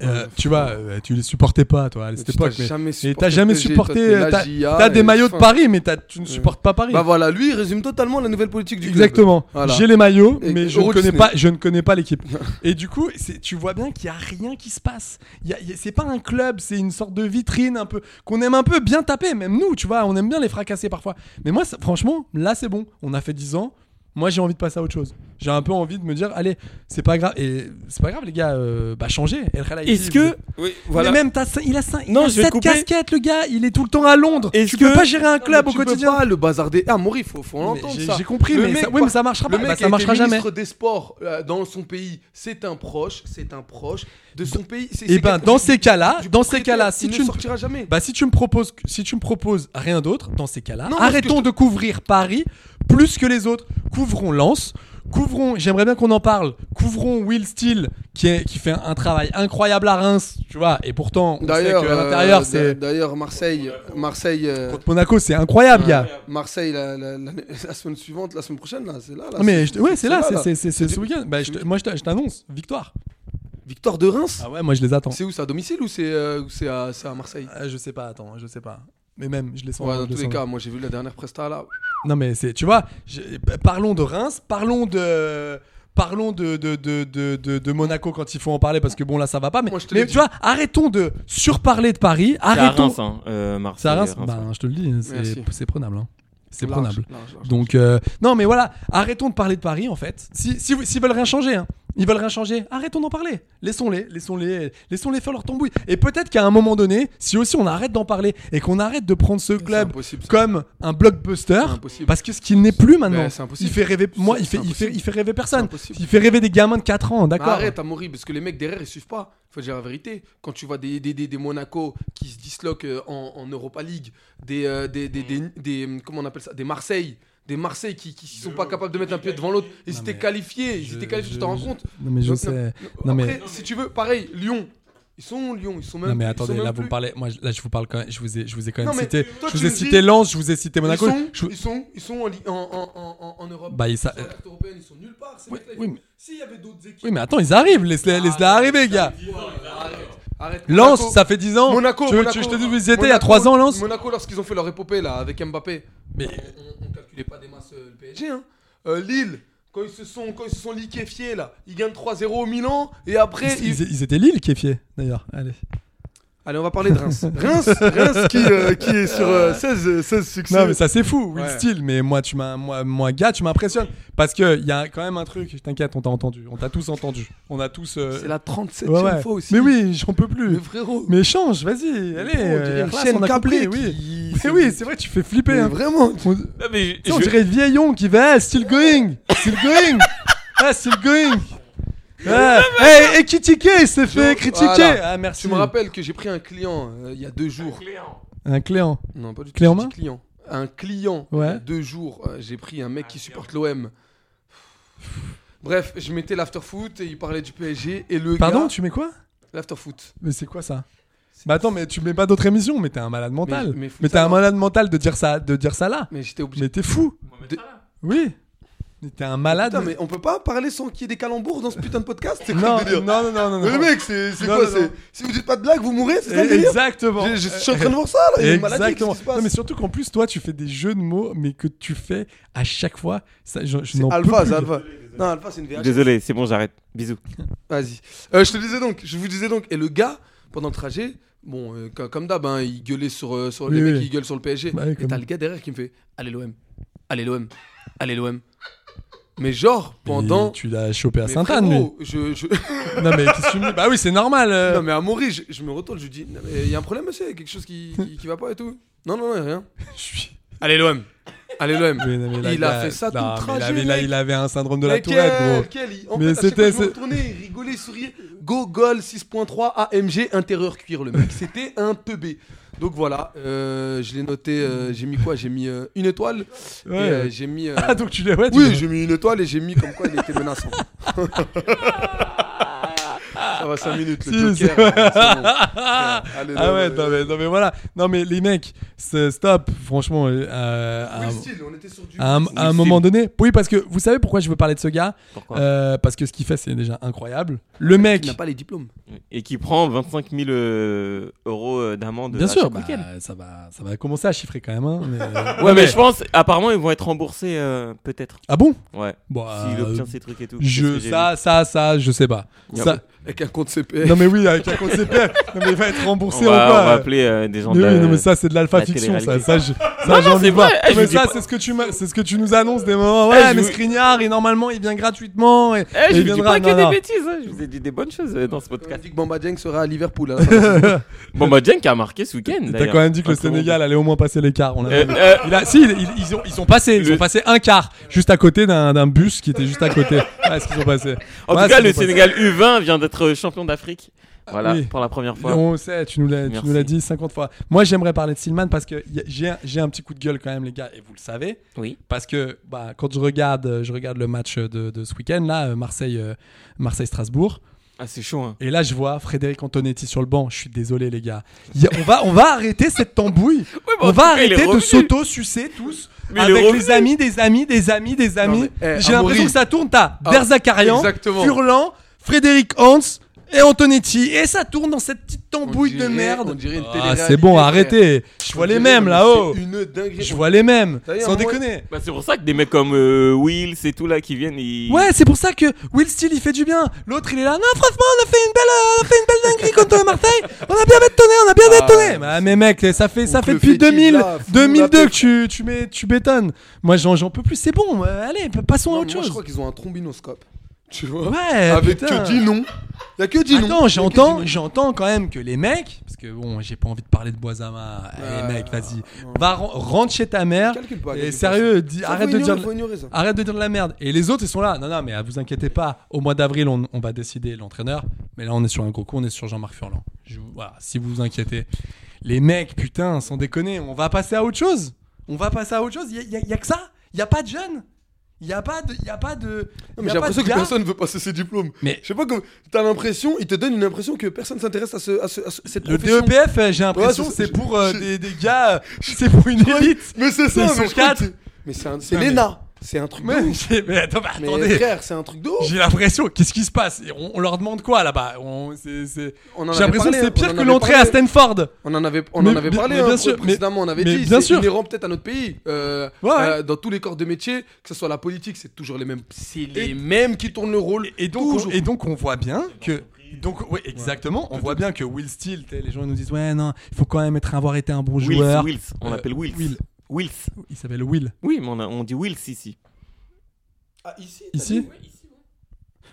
S9: Euh, tu vois, euh, tu les supportais pas, toi, à cette
S10: Tu
S9: époque.
S10: t'as jamais
S9: Mais et
S10: supporté
S9: t'as jamais
S10: le PSG,
S9: supporté,
S10: toi, t'es la
S9: euh, t'as
S10: GIA,
S9: t'as des
S10: et
S9: mailles de
S10: fin.
S9: Paris, mais t'as- tu ne supportes pas Paris.
S10: Bah voilà, lui il résume totalement la nouvelle politique du club.
S9: Exactement.
S10: Voilà.
S9: J'ai les maillots,
S10: Et
S9: mais je
S10: Euro
S9: ne connais
S10: Disney.
S9: pas, je ne connais pas l'équipe. et du coup, c'est- tu vois bien qu'il y a rien qui se passe. Il y a- il y a- C'est pas un club, c'est une sorte de vitrine un peu qu'on aime un peu bien taper. Même nous, tu vois, on aime bien les fracasser parfois. Mais moi, ça- franchement, là, c'est bon. On a fait 10 ans. Moi, j'ai envie de passer à autre chose. J'ai un peu envie de me dire, allez, c'est pas grave. Et c'est pas grave, les gars. euh, bah, changez. El Khelaifi,
S6: Est-ce
S9: vous
S6: que.
S9: êtes-
S6: Oui, voilà.
S9: Mais même, t'as cin- il a, cin- il
S6: Non,
S9: a
S6: je vais
S9: sept
S6: te couper.
S9: casquettes, le gars. Il est tout le temps à Londres.
S6: Est-ce
S9: Tu peux
S6: que-
S9: pas gérer un club
S10: Mais
S9: au
S10: tu peux
S9: quotidien.
S10: pas le bazar des. Ah, Maurice, faut, faut
S9: Mais
S10: l'entendre
S9: j'ai-
S10: ça.
S9: j'ai compris,
S10: Le
S9: mais ça- oui, mais ça marchera
S10: le
S9: pas.
S10: mec
S9: Bah,
S10: qui
S9: ça
S10: a été
S9: marchera jamais.
S10: ministre des sports euh, dans son pays, c'est un proche, c'est un proche de son pays. c'est- c'est
S9: Et ben
S10: quelqu'un
S9: dans
S10: du-
S9: ces cas-là,
S10: du
S9: dans ces
S10: propriétaire,
S9: cas-là, si
S10: il
S9: tu
S10: ne
S9: ne
S10: sortira jamais.
S9: bah si tu me proposes si tu me proposes rien d'autre dans ces cas-là,
S10: Non, parce que
S9: arrêtons de couvrir Paris plus que les autres, couvrons Lens, couvrons, j'aimerais bien qu'on en parle, couvrons Will Steele qui est, qui fait un travail incroyable à Reims, tu vois, et pourtant on sait
S10: D'ailleurs,
S9: que à
S10: euh,
S9: l'intérieur
S10: d'a-
S9: c'est
S10: D'ailleurs, Marseille, Marseille, euh,
S9: contre Monaco, c'est incroyable, gars.
S10: Marseille, la, la- la- la semaine suivante, la semaine prochaine, là, c'est là. là,
S9: Non, mais je- ouais, c'est là, c'est-
S10: là.
S9: c'est c'est- c'est ce
S10: du-
S9: week-end. Bah, je te- moi, je te- je t'annonce, victoire.
S10: Victoire de Reims.
S9: Ah ouais, moi, je les attends.
S10: C'est où C'est à domicile ou c'est euh, ou c'est à, c'est à Marseille
S9: Ah, je sais pas, attends, je sais pas. Mais même, je les sens.
S10: Ouais,
S9: je
S10: dans
S9: les
S10: tous les
S9: sens.
S10: cas, moi j'ai vu la dernière presta là.
S9: Non mais c'est, tu vois, je- parlons de Reims, parlons de, parlons de de, de, de, de- de Monaco quand il faut en parler parce que bon là ça va pas. Mais,
S10: Moi, je te
S9: mais
S10: l'ai
S9: tu
S10: dit.
S9: vois, arrêtons de surparler de Paris,
S6: C'est à
S9: arrêtons.
S6: Reims, hein, euh, Marseille.
S9: C'est à Reims.
S6: Reims,
S9: Bah,
S6: ouais.
S9: je te le dis, c'est,
S10: Merci.
S9: c'est prenable. hein. C'est
S10: Large,
S9: prenable.
S10: large, large.
S9: Donc euh, non mais voilà, arrêtons de parler de Paris en fait. Si si vous- s'ils veulent rien changer, hein, ils veulent rien changer. Arrêtons d'en parler. Laissons-les, laissons-les, laissons-les faire leur tambouille. Et peut-être qu'à un moment donné, si aussi on arrête d'en parler et qu'on arrête de prendre ce club
S10: impossible, ça.
S9: comme un blockbuster,
S10: C'est impossible.
S9: parce que ce qu'il n'est plus maintenant,
S10: Ben, c'est impossible.
S9: il fait rêver.
S10: C'est-
S9: Moi, il
S10: c'est
S9: fait, il fait,
S10: impossible.
S9: il fait rêver personne.
S10: impossible.
S9: Il fait rêver des gamins de 4 ans,
S10: Mais
S9: d'accord.
S10: arrête à mourir parce que les mecs derrière ils suivent pas. Faut dire la vérité. Quand tu vois des, des, des, des Monaco qui se disloquent euh, en, en Europa League, des, euh, des, des,
S9: Mm.
S10: des, des- euh, comment on appelle ça, des Marseille, des Marseille qui, qui sont pas capables de mettre un pied devant l'autre. Ils
S9: Non,
S10: étaient
S9: mais
S10: qualifiés, ils
S9: je-
S10: étaient qualifiés,
S9: je-
S10: tu t'en rends
S9: je-
S10: compte.
S9: Non mais je
S10: Non,
S9: sais. Non
S10: Non,
S9: mais.
S10: Après, si tu veux, pareil, Lyon. Ils sont Lyon, ils sont même.
S9: Non mais
S10: ils
S9: attendez,
S10: sont même
S9: là vous
S10: plus-
S9: me parlez, moi je- là je vous parle quand même, je vous ai, je vous ai quand même
S10: Non, mais
S9: cité,
S10: toi, tu
S9: je vous ai
S10: me dis-
S9: cité Lens, je vous ai cité
S10: Ils
S9: Monaco,
S10: sont,
S9: je vous-
S10: ils sont, ils sont en, Ligue- en, en, en, en- en Europe.
S9: Bah, ils sa-
S10: sont en carte européenne, ils sont nulle part. Ces
S9: Oui,
S10: mecs-là, ils
S9: oui,
S10: font-
S9: mais-
S10: S'il y avait d'autres équipes.
S9: oui mais attends ils arrivent, laisse-les, laisse-les arriver gars.
S10: Arrête, arrête.
S9: Lens,
S10: Ah, Monaco-
S9: ça fait 10 ans.
S10: Monaco,
S9: Oh, tu veux,
S10: Monaco,
S9: tu- je te dis où ils étaient il y a 3
S10: Monaco-
S9: ans Lens.
S10: Monaco, lorsqu'ils ont fait leur épopée là avec Mbappé,
S9: Mais
S10: on, on calculait pas des masses euh, le PSG. Hein. Euh, Lille, quand ils se sont, quand ils se sont liquéfiés là, ils gagnent 3-0 au Milan et après
S9: ils,
S10: ils-
S9: ils- ils étaient Lille qui est fier d'ailleurs. Allez.
S10: Allez, on va parler de Reims. Reims, Reims qui, euh, qui est sur euh, 16, euh, 16 succès.
S9: Non mais ça c'est fou, Will
S10: Ouais.
S9: Steele. Mais moi tu m'as, moi, moi gars, tu m'impressionnes parce que il y a quand même un truc. Je T'inquiète, on t'a entendu, on t'a tous entendu, on a tous. euh,
S10: C'est la 37 e
S9: Ouais, ouais.
S10: fois aussi.
S9: Mais oui, j'en peux plus.
S10: Mais frérot.
S9: Mais change, vas-y,
S10: frérot, on
S9: allez.
S10: dirait
S9: euh,
S10: une
S9: classe,
S10: chaîne
S9: on a
S10: câblée
S9: compris, oui.
S10: qui-
S9: Mais oui, c'est vrai, tu fais flipper.
S10: Mais
S9: hein.
S10: vraiment.
S9: On,
S6: Non, mais je-
S9: tu sais, on
S6: je-
S9: dirait vieillon qui va, ah, still going, still going, ah, still going. Ah, hey, et critiquer, il s'est fait critiquer.
S10: Voilà.
S9: Ah, merci.
S10: Tu me rappelles que j'ai pris un client euh, il y a deux jours.
S9: Un cléant.
S10: Non, pas du tout.
S9: Clé en
S10: j'ai dit
S9: main
S10: client. Un client.
S9: Ouais.
S10: Il y a deux jours, euh, j'ai pris un mec qui supporte l'OM. Bref, je mettais l'afterfoot et il parlait du PSG et le
S9: Pardon,
S10: gars-
S9: tu mets quoi
S10: l'afterfoot.
S9: Mais c'est quoi ça Bah attends, mais tu mets pas d'autres émissions, mais t'es un malade mental.
S10: mais
S9: Mais,
S10: faut
S9: t'es un
S10: savoir-
S9: malade mental de dire ça, de dire ça là.
S10: Mais j'étais obligé.
S9: Mais t'es fou.
S10: de-
S9: Oui. Mais t'es un malade.
S10: Putain, mais on peut pas parler sans qu'il y ait des calembours dans ce putain de podcast. C'est quoi
S9: Non,
S10: le délire
S9: non, non, non, non.
S10: Mais les
S9: non.
S10: mecs, c'est c'est
S9: Non,
S10: quoi
S9: non,
S10: c'est-
S9: non.
S10: Si vous dites pas de blague, vous mourrez, c'est ça le délire
S9: Exactement.
S10: Je- Je je suis en train de voir ça là. Il y a une maladie,
S9: Exactement.
S10: qu'est-ce qui se passe
S9: Non, mais surtout qu'en plus, toi, tu fais des jeux de mots, mais que tu fais à chaque fois. Ça, je, je
S10: C'est
S9: n'en peux
S10: Alpha,
S9: plus.
S10: c'est Alpha. Non, Alpha, c'est une VH.
S6: Désolé, c'est bon, j'arrête. Bisous.
S10: Vas-y. Euh, je te disais donc, je vous disais donc, et le gars, pendant le trajet, bon, euh, co- comme d'hab, hein, il gueulait sur, euh, sur les
S9: Oui,
S10: mecs,
S9: oui.
S10: il gueule sur le PSG.
S9: Bah oui,
S10: et
S9: comme-
S10: t'as le gars derrière qui me fait Allez l'OM, allez l'OM, allez l'OM. Mais genre, pendant.
S9: Et Tu l'as chopé à
S10: Mais
S9: Sainte-Anne, lui.
S10: frérot, je, je-
S9: Non, mais qu'est-ce que tu me dis Bah oui, c'est normal. euh.
S10: Non, mais à Maurice, je, je me retourne, je lui dis Non, mais Il y a un problème, monsieur, il y a quelque chose qui, qui, qui va pas et tout. Non, non, non, y a rien.
S9: Je suis-
S10: Allez l'OM, Allez, l'OM.
S9: Mais non, mais là,
S10: Il a fait ça tout
S9: non,
S10: le
S9: mais il
S10: trajet,
S9: avait- là,
S10: mec.
S9: il avait un syndrome de la
S10: Mais
S9: tourette, gros.
S10: quel- quel- en
S9: Mais
S10: fait, à chaque
S9: c'était-
S10: fois que je me retournais, il rigolait, il souriait. Gogol 6.3 AMG intérieur cuir, le mec. C'était un teubé. Donc voilà, euh, je l'ai noté. euh, j'ai mis quoi J'ai mis euh, une étoile. et,
S9: Ouais.
S10: euh, j'ai mis. euh,
S9: Ah, donc tu l'as, ouais, tu l'as-
S10: oui, j'ai mis une étoile et j'ai mis comme quoi il était menaçant. Ça va 5 minutes, le
S9: Si,
S10: Joker. hein,
S9: c'est-
S10: c'est bon. Allez,
S9: Ah
S10: non,
S9: ouais,
S10: mais-
S9: non mais, non mais voilà. Non mais les mecs, c'est- stop, franchement. euh, à-
S10: Ah, Oui,
S9: à-
S10: style, on était sur du.
S9: à un, à un
S6: style.
S9: moment donné. Oui, parce que vous savez pourquoi je veux parler de ce gars
S6: Pourquoi
S9: Euh, Parce que ce qu'il fait, c'est déjà incroyable. Le mec,
S10: Il n'a pas les diplômes.
S6: Et qui prend 25 000 euh, euros euh, d'amende.
S9: bien
S6: à
S9: sûr,
S6: chaque
S9: bah,
S6: week-end.
S9: ça, va, ça va commencer à chiffrer quand même. hein, mais-
S6: Ouais, mais je pense, apparemment, ils vont être remboursés, euh, peut-être.
S9: Ah bon
S6: Ouais.
S9: Bon,
S6: S'il
S9: euh,
S6: obtient ces trucs et tout. c'est ce
S9: je,
S6: que j'ai
S9: ça, ça, ça, je sais pas.
S6: Yep.
S9: Ça-
S10: Avec un compte CPF.
S9: non mais oui, avec un compte CPF, non, mais il va être remboursé
S6: On va,
S9: ou
S6: on va
S9: pas
S6: appeler euh, des gens
S9: Mais
S6: de
S9: oui,
S6: la-
S9: non, mais ça c'est de l'alpha
S6: la
S9: fiction ça,
S6: télé-réalité.
S9: ça je- ça, j'en ai
S6: c'est
S9: pas.
S6: vrai. Eh,
S9: Non,
S6: je
S9: mais
S6: vous dis
S9: ça
S6: pas- Eh,
S9: c'est ce que tu m'as- c'est ce que tu nous annonces des moments ouais
S6: je
S9: mais
S6: vous-
S9: Skriniar et normalement il vient gratuitement et
S6: Eh,
S9: et
S6: je
S9: il
S6: vous dis
S9: viendra
S6: pas que
S9: Non, non.
S6: des bêtises, hein, je vous ai dit des bonnes choses euh, dans ce
S10: On a
S6: podcast.
S10: dit que Bamba Dieng sera à Liverpool. hein.
S6: Bon, bah, Jen qui a marqué ce week-end.
S9: T'as
S6: d'ailleurs.
S9: quand même dit que
S6: Un
S9: le
S6: très bon
S9: Sénégal allait au moins passer les quarts. On l'a
S6: Euh,
S9: pas vu.
S6: euh,
S9: Il a- si, il- il- ils, ont, ils sont passés. Ils
S6: Le-
S9: ont passé un quart juste à côté d'un d'un bus qui était juste à côté. Ah, ce qu'ils ont passé.
S6: En
S9: Ouais,
S6: tout cas,
S9: ce qu'ils
S6: le
S9: ont passé.
S6: Sénégal U20 vient d'être euh, champion d'Afrique. Voilà,
S9: oui.
S6: pour la première fois.
S9: On sait, tu nous l'as tu nous
S6: Merci.
S9: l'as dit 50 fois. Moi, j'aimerais parler de Silman parce que y a- j'ai un- j'ai un petit coup de gueule quand même, les gars, et vous le savez.
S6: Oui.
S9: Parce que bah, quand je regarde, euh, je regarde le match de, de ce week-end, là, euh, Marseille, euh, Marseille-Strasbourg,
S6: Ah, c'est chaud, hein.
S9: et là, je vois Frédéric Antonetti sur le banc. Je suis désolé, les gars. Il y a- on, va, on va arrêter cette tambouille.
S6: mais bah, en
S9: on
S6: tout
S9: va
S6: cas, il est
S9: arrêter de
S6: revenu.
S9: s'auto-sucer tous
S6: Mais il est
S9: avec
S6: revenu.
S9: les amis, des amis, des amis, des amis.
S10: mais, eh,
S9: J'ai l'impression
S10: Amaury.
S9: que ça tourne. T'as
S10: Ah,
S9: Derzakarian,
S10: exactement.
S9: Furlan, Frédéric Hans et Antonetti. Et ça tourne dans cette petite
S10: On
S9: tambouille
S10: dirait-
S9: de
S10: on
S9: merde.
S10: dirait une
S9: Ah,
S10: télé-réalité,
S9: c'est bon,
S10: frère.
S9: arrêtez. Je vois
S10: On
S9: les
S10: dirait-
S9: mêmes
S10: mais
S9: là-haut.
S10: c'est Une dinguerie.
S9: Je vois les mêmes.
S10: D'ailleurs,
S9: Sans
S10: moi-
S9: déconner.
S6: Bah, c'est pour ça que des mecs comme euh, Wills et tout là qui viennent, ils.
S9: Ouais, c'est pour ça que Will Steele il fait du bien. L'autre il est là. Non, franchement, on a fait une belle, euh, on a fait une belle dinguerie contre Marseille. On a bien bétonné, on a bien bétonné. Bah, mais mec, ça fait, ça
S10: Ou que
S9: fait
S10: Ah, le
S9: depuis
S10: Fekir,
S9: 2000,
S10: là, fout la
S9: 2002 que
S10: paix.
S9: tu, tu, mets, tu bétonnes. Moi, j'en, j'en peux plus. C'est bon. euh, allez, passons
S10: Non,
S9: à
S10: mais
S9: autre
S10: moi,
S9: chose.
S10: Je crois qu'ils ont un trombinoscope. Tu vois
S9: Ouais,
S10: Avec
S9: putain.
S10: que 10 noms. Il y a que 10 noms.
S9: Attends,
S10: Y a que
S9: j'entends,
S10: dix noms.
S9: j'entends quand même que les mecs, parce que bon, j'ai pas envie de parler de Boisama. Allez,
S10: Euh,
S9: mec, vas-y,
S10: non. Bah,
S9: va ren- rentre chez ta mère.
S10: Calcule pas,
S9: Et
S10: calcule pas.
S9: Eh, sérieux, dis-
S10: Ça,
S9: arrête
S10: faut
S9: de
S10: ignorer,
S9: dire. Ah,
S10: faut ignorer ça.
S9: Arrête de dire de la merde. Et les autres, ils sont là. Non, non, mais ah, vous inquiétez pas. Au mois d'avril, on, on va décider l'entraîneur. Mais là, on est sur un gros coup. On est sur Jean-Marc Furlan. Je vous- voilà, si vous vous inquiétez. Les mecs, putain, sans déconner, on va passer à autre chose. On va passer à autre chose. Il y, a- y a que ça. Il y a pas de jeunes. Il y a pas de. Il y a pas de.
S10: Non,
S9: y
S10: mais j'ai
S9: a pas
S10: l'impression
S9: de
S10: que
S9: gars.
S10: personne veut passer ses diplômes.
S9: Mais-
S10: Je sais pas comme. T'as l'impression, ils te donnent une impression que personne s'intéresse à, ce, à, ce, à ce- cette
S9: Le
S10: profession.
S9: DEPF, euh, j'ai l'impression,
S10: Ouais, c'est-
S9: c'est
S10: je-
S9: pour euh,
S10: je-
S9: des, des gars, euh, c'est pour une élite.
S10: Mais c'est ça,
S9: Ils sont
S10: mais je crois que
S9: quatre.
S10: c'est- Mais c'est un- c'est
S9: Non, mais-
S10: l'ENA. C'est un truc de
S9: Mais,
S10: ouf.
S9: mais attends, bah,
S10: Mais
S9: attendez.
S10: frère, c'est un truc de ouf.
S9: J'ai l'impression, qu'est-ce qui se passe on, on leur demande quoi là-bas On- c'est- c'est-
S10: On en
S9: J'ai
S10: avait
S9: l'impression que
S10: parlé,
S9: c'est
S10: hein, on
S9: pire
S10: en
S9: que
S10: avait
S9: l'entrée à
S10: parlé.
S9: Stanford.
S10: On en avait, on
S9: Mais-
S10: en avait
S9: mais-
S10: parlé
S9: mais bien
S10: hein,
S9: sûr, mais-
S10: précédemment, on avait
S9: mais
S10: dit,
S9: bien
S10: c'est
S9: sûr.
S10: inhérent peut-être à notre pays. Euh,
S9: Ouais, ouais.
S10: euh, dans tous les corps de métier, que ce soit la politique, c'est toujours les mêmes. C'est les mêmes qui tournent le rôle.
S9: Et donc, on,
S10: toujours.
S9: et donc on voit bien que donc ouais, exactement, on voit bien que Will Steele, tu sais, les gens ils nous disent ouais non, il faut quand même être avoir été un bon
S6: Wills,
S9: joueur.
S6: Wills, on
S9: Euh,
S6: l'appelle Wills.
S9: Will.
S6: Wills.
S9: Il s'appelle Will.
S6: Oui, mais on, a- on dit Wills ici.
S10: Ah, ici t'as
S9: Ici
S10: dit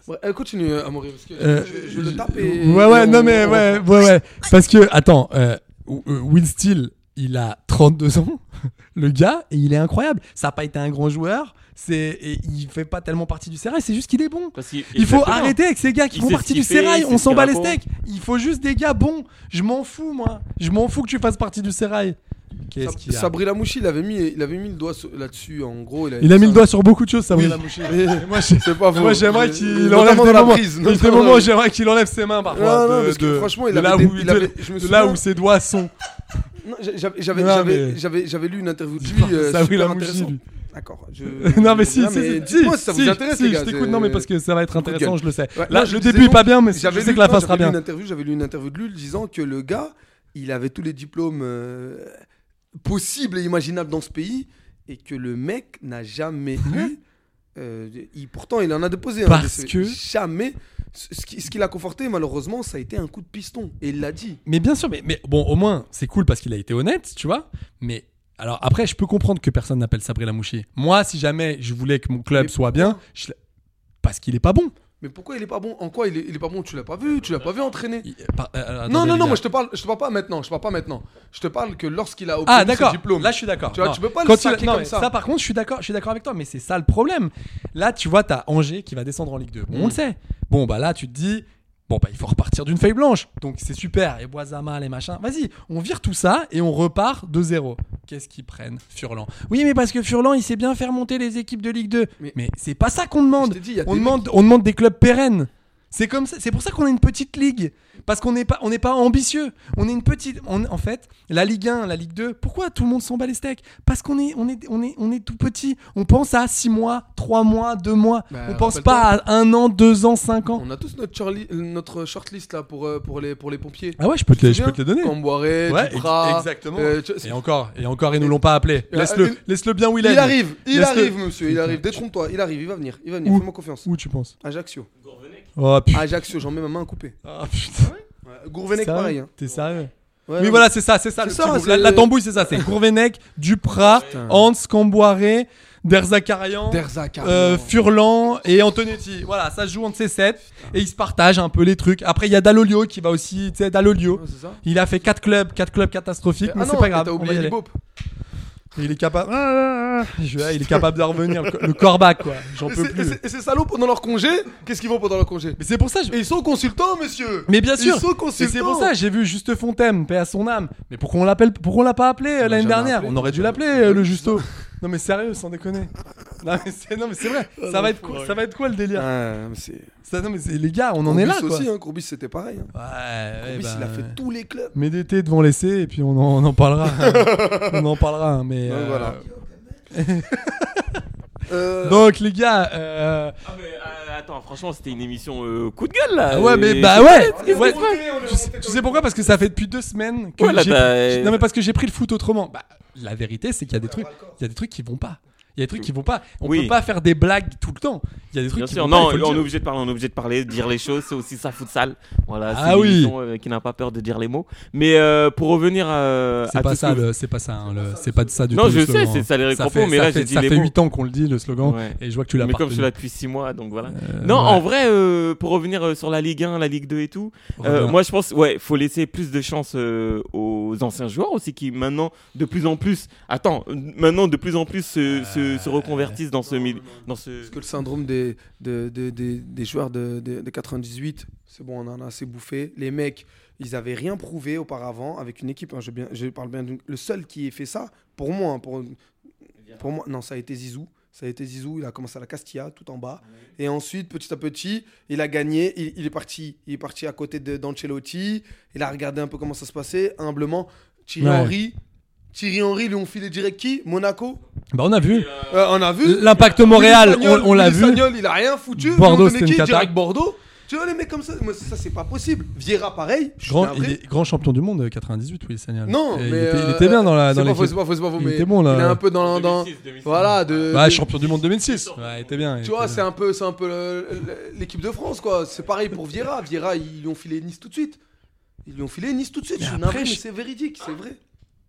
S10: Ouais, euh, continue, euh, Amaury, parce que
S9: Euh,
S10: je, je le tape et.
S9: Ouais, ouais,
S10: et
S9: non,
S10: on-
S9: mais
S10: on-
S9: ouais, ouais, ouais. Parce que, attends, euh, euh, Will Steele, il a 32 ans, le gars, et il est incroyable. Ça n'a pas été un grand joueur, c'est, et il fait pas tellement partie du Serail, c'est juste qu'il est bon.
S6: Parce qu'il-
S9: Il faut
S6: exactement.
S9: arrêter avec ces gars qui
S6: Il
S9: font
S6: sait ce
S9: partie
S6: qu'il
S9: du
S6: fait,
S9: Serail,
S6: il
S9: on
S6: sait ce
S9: s'en
S6: qu'il
S9: bat les
S6: raconte.
S9: steaks. Il faut juste des gars bons. Je m'en fous, moi. Je m'en fous que tu fasses partie du Serail. Qu'est-ce
S10: Sab-
S9: qu'il y a
S10: Sabri Lamouchi, il avait mis, il avait mis le doigt sur- là-dessus, en gros.
S9: Il a mis le doigt sur beaucoup de choses, Sabri.
S10: Oui, la mouchée. C'est pas faux.
S9: Moi j'aimerais
S10: Mais-
S9: qu'il
S10: notamment
S9: enlève
S10: dans
S9: des
S10: la
S9: moments.
S10: prise,
S9: Il y a des
S10: notamment dans
S9: moments,
S10: la-
S9: j'aimerais qu'il enlève ses mains parfois.
S10: Non, non,
S9: de-
S10: parce que
S9: de-
S10: franchement, il
S9: de
S10: avait
S9: là
S10: des-
S9: où-
S10: il
S9: de-
S10: avait- je me
S9: de là
S10: souviens-
S9: où ses doigts sont.
S10: Non, j'a- J'avais, j'avais,
S9: Non,
S10: j'avais,
S9: mais-
S10: j'avais, j'avais lu une interview de
S9: Il
S10: lui.
S9: parle de
S10: euh,
S9: Sabri
S10: super
S9: Lamouchi,
S10: intéressante.
S9: lui.
S10: D'accord. je-
S9: non mais si, si,
S10: mais
S9: si,
S10: dites-moi si ça
S9: si,
S10: vous intéresse,
S9: si,
S10: les gars.
S9: je t'écoute, non mais parce que ça va être
S10: de
S9: intéressant,
S10: gueule.
S9: je le sais.
S10: Ouais,
S9: Là,
S10: non, je
S9: le
S10: disais
S9: début est
S10: donc,
S9: pas bien, mais je
S10: J'avais
S9: sais
S10: lu-
S9: que la
S10: non,
S9: fin sera
S10: j'avais lu
S9: bien.
S10: une interview, j'avais lu une interview de lui disant que le gars, il avait tous les diplômes euh, possibles et imaginables dans ce pays et que le mec n'a jamais eu. euh, il, pourtant, il en a déposé. hein,
S9: Hein Parce
S10: des-
S9: que-
S10: jamais. Ce ce qui, ce qui l'a conforté, malheureusement, ça a été un coup de piston. Et il l'a dit.
S9: Mais bien sûr, mais, mais bon, au moins, c'est cool parce qu'il a été honnête, tu vois. Mais alors après, je peux comprendre que personne n'appelle Sabri Lamouchi. Moi, si jamais je voulais que mon club
S10: Mais
S9: soit bien, je l'- parce qu'il est pas bon.
S10: Mais pourquoi il est pas bon En quoi il est, il est pas bon Tu l'as pas vu Tu l'as pas vu entraîner
S9: Il- par- euh, attendez,
S10: Non, non,
S9: les
S10: non,
S9: gars.
S10: moi je te parle, je te parle pas maintenant, je te parle pas maintenant. Je te parle que lorsqu'il a obtenu
S9: Ah
S10: ce
S9: d'accord.
S10: diplôme.
S9: Là je suis d'accord.
S10: Tu vois,
S9: Non.
S10: tu peux pas le
S9: Quand tu-
S10: saquer
S9: non,
S10: comme
S9: mais
S10: ça.
S9: par contre, je suis d'accord, je suis d'accord avec toi, mais c'est ça le problème. Là, tu vois, t'as Angers qui va descendre en Ligue 2. Bon,
S10: Mm.
S9: On le sait. Bon bah là, tu te dis, bon bah il faut repartir d'une feuille blanche. Donc c'est super. Et Boisama, les machins. Vas-y, on vire tout ça et on repart de zéro. Qu'est-ce qu'ils prennent, Furlan Oui, mais parce que Furlan, il sait bien faire monter les équipes de Ligue 2. Mais,
S10: Mais-
S9: c'est pas ça qu'on demande.
S10: Je t'ai dit, il y a
S9: on
S10: des
S9: demande, on demande des clubs pérennes. C'est comme ça, c'est pour ça qu'on est une petite ligue parce qu'on n'est pas on n'est pas ambitieux. On est une petite on- en fait, la Ligue 1, la Ligue 2, pourquoi tout le monde s'en bat les steaks Parce qu'on est on est on est on est tout petit. On pense à 6 mois, 3 mois, 2 mois.
S10: Bah,
S9: on pense
S10: rappelle-toi.
S9: pas à 1 an, 2 ans, 5 ans.
S10: On a tous notre, shortli- notre shortlist là pour, euh, pour, les, pour les pompiers.
S9: Ah ouais, je peux te les, je peux
S10: Souviens
S9: te les donner.
S10: Camboiré,
S9: Ouais,
S10: Duprat,
S9: ex- exactement.
S10: euh, tu-
S9: Et encore et encore ils nous l'ont pas appelé.
S10: Euh,
S9: Laisse-le
S10: une-
S9: laisse-le bien où il
S10: il
S9: est.
S10: arrive, il
S9: Laisse-le.
S10: arrive, monsieur, il arrive. Détrompe-toi, il arrive, il va venir, il va venir,
S9: Où
S10: fais-moi confiance.
S9: Où tu penses
S10: Ajaccio.
S9: Oh putain.
S10: Ajaccio, j'en mets ma main à couper.
S9: Ah, putain.
S10: Ouais, Gourvenec,
S9: Sérieux
S10: pareil. hein.
S9: T'es sérieux
S10: Ouais,
S9: Oui,
S10: ouais.
S9: voilà, c'est ça, c'est ça.
S10: Euh, C'est
S9: le
S10: ça,
S9: petit groupe.
S10: c'est
S9: la,
S10: le-
S9: la tambouille, c'est ça. C'est Gourvenec, Duprat, Hans, Camboiré, Derzakarian,
S10: Derzakarian.
S9: euh, Furlan et Antonetti. Voilà, ça se joue entre ces sept et ils se partagent un peu les trucs. Après, il y a Dalolio qui va aussi, tu sais, Dalolio.
S10: Ouais, c'est ça.
S9: Il a fait quatre clubs, quatre clubs catastrophiques, mais
S10: Ah
S9: c'est
S10: non,
S9: pas grave.
S10: t'as
S9: on va y
S10: oublié
S9: aller.
S10: Ibop.
S9: Il est capable. Ah, ah, ah, je- ah, il est capable de revenir. Le, le corbac, quoi. J'en
S10: Et
S9: peux
S10: c'est- et
S9: plus.
S10: c'est- et ces salauds pendant leur congé, qu'est-ce qu'ils vont pendant leur congé
S9: Mais c'est pour ça. je-
S10: Et ils sont consultants, monsieur
S9: Mais bien sûr.
S10: Ils sont
S9: Et C'est
S10: consultants
S9: pour ça, j'ai vu Juste Fontaine, paix à son âme. Mais pourquoi on l'appelle Pourquoi on l'a pas appelé euh,
S10: l'a
S9: l'année
S10: jamais
S9: dernière
S10: appelé.
S9: On aurait dû l'appeler euh, le Justo. non mais sérieux, sans déconner. Non mais c'est non, mais c'est vrai. ça va être quoi, ça va être quoi le délire
S10: Ah, mais c'est-
S9: Ça non mais c'est- les gars, on en
S10: Courbis
S9: est là quoi.
S10: aussi, hein, Courbis c'était pareil. hein.
S9: Ouais, ouais,
S10: Courbis
S9: bah,
S10: il a fait
S9: ouais.
S10: tous les clubs.
S9: Mais d'été devant l'essai et puis on en, on en parlera. hein. on en parlera hein, mais
S10: Donc,
S9: euh,
S10: voilà. Euh,
S9: Donc les gars, euh,
S6: Ah, mais, euh, attends, franchement, c'était une émission euh, coup de gueule là.
S9: ouais mais
S6: Et-
S9: bah ouais,
S10: qu'est-ce
S9: ouais.
S10: qu'on fait On est
S9: Tu
S10: remonté
S9: sais- tu
S10: comme-
S9: sais pourquoi Parce que ça fait depuis deux semaines que
S6: Ouais, là,
S9: j'ai-
S6: t'as-
S9: non mais parce que j'ai pris le foot autrement. Bah, la vérité c'est qu'il y a des trucs, il y a des trucs qui vont pas. Il y a des trucs qui vont pas. On
S6: Oui.
S9: peut pas faire des blagues tout le temps. Il y a des trucs
S6: Bien
S9: qui
S6: sûr,
S9: vont
S6: non,
S9: pas. il faut
S6: on
S9: le
S6: est
S9: dire.
S6: obligé de parler, on est obligé de parler, de dire les choses, c'est aussi ça futsal. Voilà,
S9: Ah
S6: c'est une
S9: oui.
S6: émission, euh, qui n'a pas peur de dire les mots. Mais euh, pour revenir euh, à
S9: C'est pas,
S6: tout ce
S9: ça,
S6: que-
S9: le- c'est pas ça, hein, le- c'est pas ça du
S6: Non,
S9: tout. le
S6: je sais,
S9: slogan,
S6: c'est
S9: hein.
S6: ça, les
S9: Ça
S6: récropos,
S9: fait-
S6: mais
S9: ça
S6: là,
S9: fait-
S6: j'ai dit
S9: Ça
S6: les
S9: fait
S6: mots.
S9: 8 ans qu'on le dit, le slogan,
S6: Ouais.
S9: et je vois que tu l'as
S6: Mais
S9: pas
S6: comme je suis
S9: retenu.
S6: là depuis 6 mois, donc voilà.
S9: Euh,
S6: non, en vrai, euh, pour revenir euh, sur la Ligue 1, la Ligue 2 et tout, euh,
S9: Reviens.
S6: moi je pense, ouais, faut laisser plus de chance euh, aux anciens joueurs aussi qui maintenant de plus en plus, attends, euh, maintenant de plus en plus se, se-
S9: Euh.
S6: se reconvertissent dans ce milieu, dans ce.
S10: Parce que le syndrome des, de- de- des- des joueurs de, de- de 98, c'est bon, on en a assez bouffé. Les mecs, ils avaient rien prouvé auparavant avec une équipe. hein, je, bien- je parle bien d'une- Le seul qui ait fait ça, pour moi, hein, pour, pour moi, non, ça a été Zizou. Ça a été Zizou, il a commencé à la Castilla, tout en bas. Et ensuite, petit à petit, il a gagné. Il, il est parti. Il est parti à côté de- d'Ancelotti. Il a regardé un peu comment ça se passait, humblement. Thierry
S9: Ouais.
S10: Henry. Thierry Henry, lui, on filait direct qui Monaco
S9: Bah, on a vu.
S10: Euh, On a vu.
S9: L'impact Montréal,
S10: Willy
S9: on,
S10: Sagnol,
S9: on l'a
S10: Willy
S9: vu.
S10: Sagnol, il a rien foutu.
S9: Bordeaux,
S10: Bordeaux,
S9: c'était une
S10: c'était
S9: cata.
S10: direct Bordeaux. Tu vois les mecs comme ça, moi, ça c'est pas possible. Vieira pareil. je suis
S9: Grand,
S10: navré.
S9: il est grand champion du monde, euh, 98, oui, Sagnol.
S10: Non,
S9: Et
S10: mais
S9: il, était, il
S10: euh,
S9: était bien dans la.
S10: c'est
S9: Dans
S10: pas faux, c'est
S9: l'équipe.
S10: pas faux, c'est pas faux,
S9: Il
S10: mais
S9: était bon, là.
S10: Il est un peu dans, dans
S6: 2006, 2006.
S10: voilà de.
S9: Bah,
S10: Euh, de-
S9: champion du monde 2006. Ouais, il était bien. il
S10: Tu vois,
S9: était
S10: c'est un peu, c'est un peu le- le- l'équipe de France quoi. C'est pareil pour Vieira. Vieira, ils lui ont filé Nice tout de suite. Ils lui ont filé Nice tout de suite.
S9: Mais
S10: je suis
S9: après,
S10: navré, mais
S9: je-
S10: c'est véridique, c'est vrai.